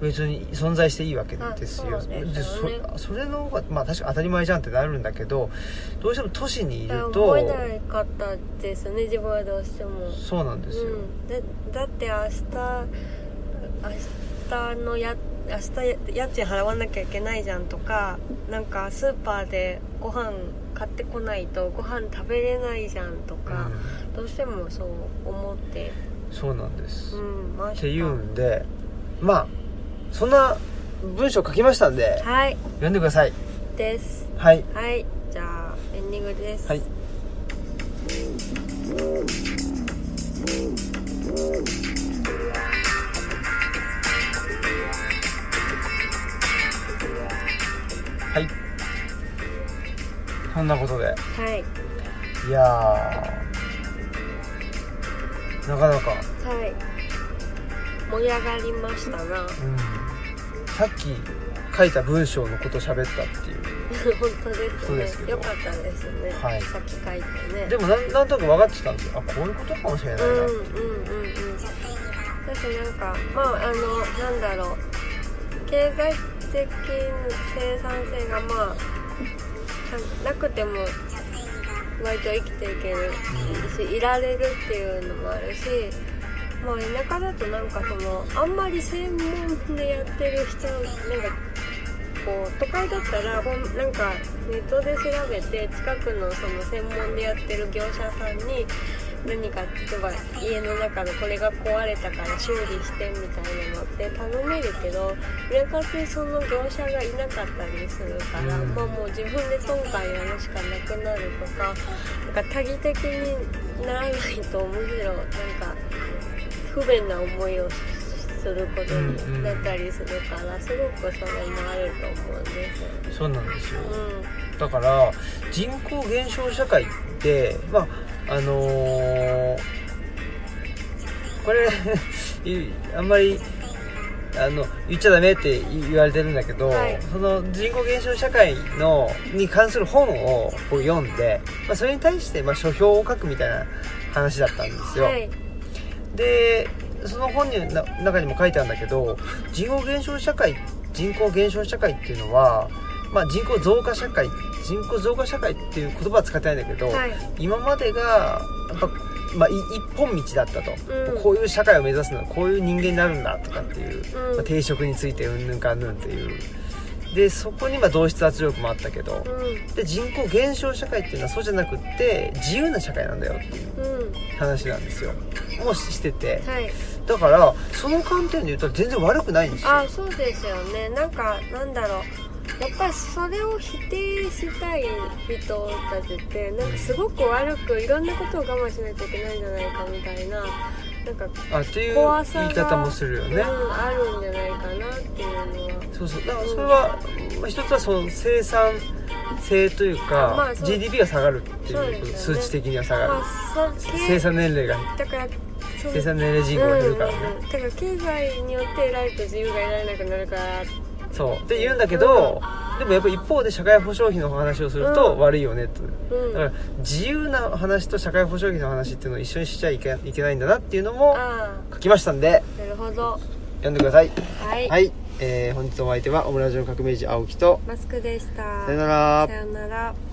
別に存在していいわけですよ。あそうですよねそそれの方がまあ確か当たり前じゃんってなるんだけどどうしても都市にいだからる思とえなかったですね自分はどうしても。そうなんですよ。うん、だだって明日明日のや明日家賃払わなきゃいけないじゃんとかなんかスーパーでご飯買ってこないとご飯食べれないじゃんとうか、んどうしてもそう思って、そうなんです。うん、まっしていたうんでまあそんな文章書きましたんではい読んでくださいですはいはいじゃあエンディングです、はいはいそんなことではいいやーなかなかはい盛り上がりましたな うんさっき書いた文章のこと喋ったっていう本当ですそうねですけどよかったですね、はいさっき書いてねでもなんなんとなく分かってたんですよあこういうことかもしれないな、うんうんうんうんだしなんかまああのなんだろう経済的生産性がまあななくても割と生きていけるしいられるっていうのもあるしまあ田舎だとなんかそのあんまり専門でやってる人なんかこう都会だったらほんなんかネットで調べて近くのその専門でやってる業者さんに何か例えば家の中のこれが壊れたから修理してみたいなのって頼めるけど田舎ってその業者がいなかったりするから、うんまあもう自分で今回やるしかなくなるとかなんか多義的にならないとむしろなんか不便な思いをしすることになったりするから、すごくそれもあると思うんですよ。そうなんですようんだから人口減少社会ってまああのーこれ いあんまりあの言っちゃダメって言われてるんだけど、はいその人口減少社会のに関する本を僕読んで、まあ、それに対してまあ書評を書くみたいな話だったんですよ。はいでその本にな中にも書いてあるんだけど人口減少社会人口減少社会っていうのは、まあ、人口増加社会人口増加社会っていう言葉は使ってないんだけど、はい今までがやっぱ、まあ、い一本道だったと、うんこういう社会を目指すのはこういう人間になるんだとかっていう、うんまあ定職についてうんぬんかんぬんっていうでそこにまあ同質圧力もあったけどうで人口減少社会っていうのはそうじゃなくって自由な社会なんだよっていうんうん話なんですよもうしてて、はいだからその観点で言うと全然悪くないんですよあそうですよねなんかなんだろうやっぱりそれを否定したい人たちってなんかすごく悪くいろんなことを我慢しないといけないんじゃないかみたいななんか、あっていう怖さが言い方もするようん、ねあるんじゃないかなっていうのはそうそうだからそれは、まあ、一つはその生産性というか、まあそう GDP が下がるってそういうですよね数値的には下がる、まあそ生産年齢がだからそう生産年齢人口が減るからね、うんうんうんだから経済によって得られると自由が得られなくなるからそうって言うんだけど、でもやっぱ一方で社会保障費の話をするとうん悪いよねと、うんだから自由な話と社会保障費の話っていうのを一緒にしちゃいけいけないんだなっていうのもあ書きましたんであなるほど読んでくださいはい、はい、えー本日のお相手はオムラジオ革命児青木とマスクでしたさよならさよなら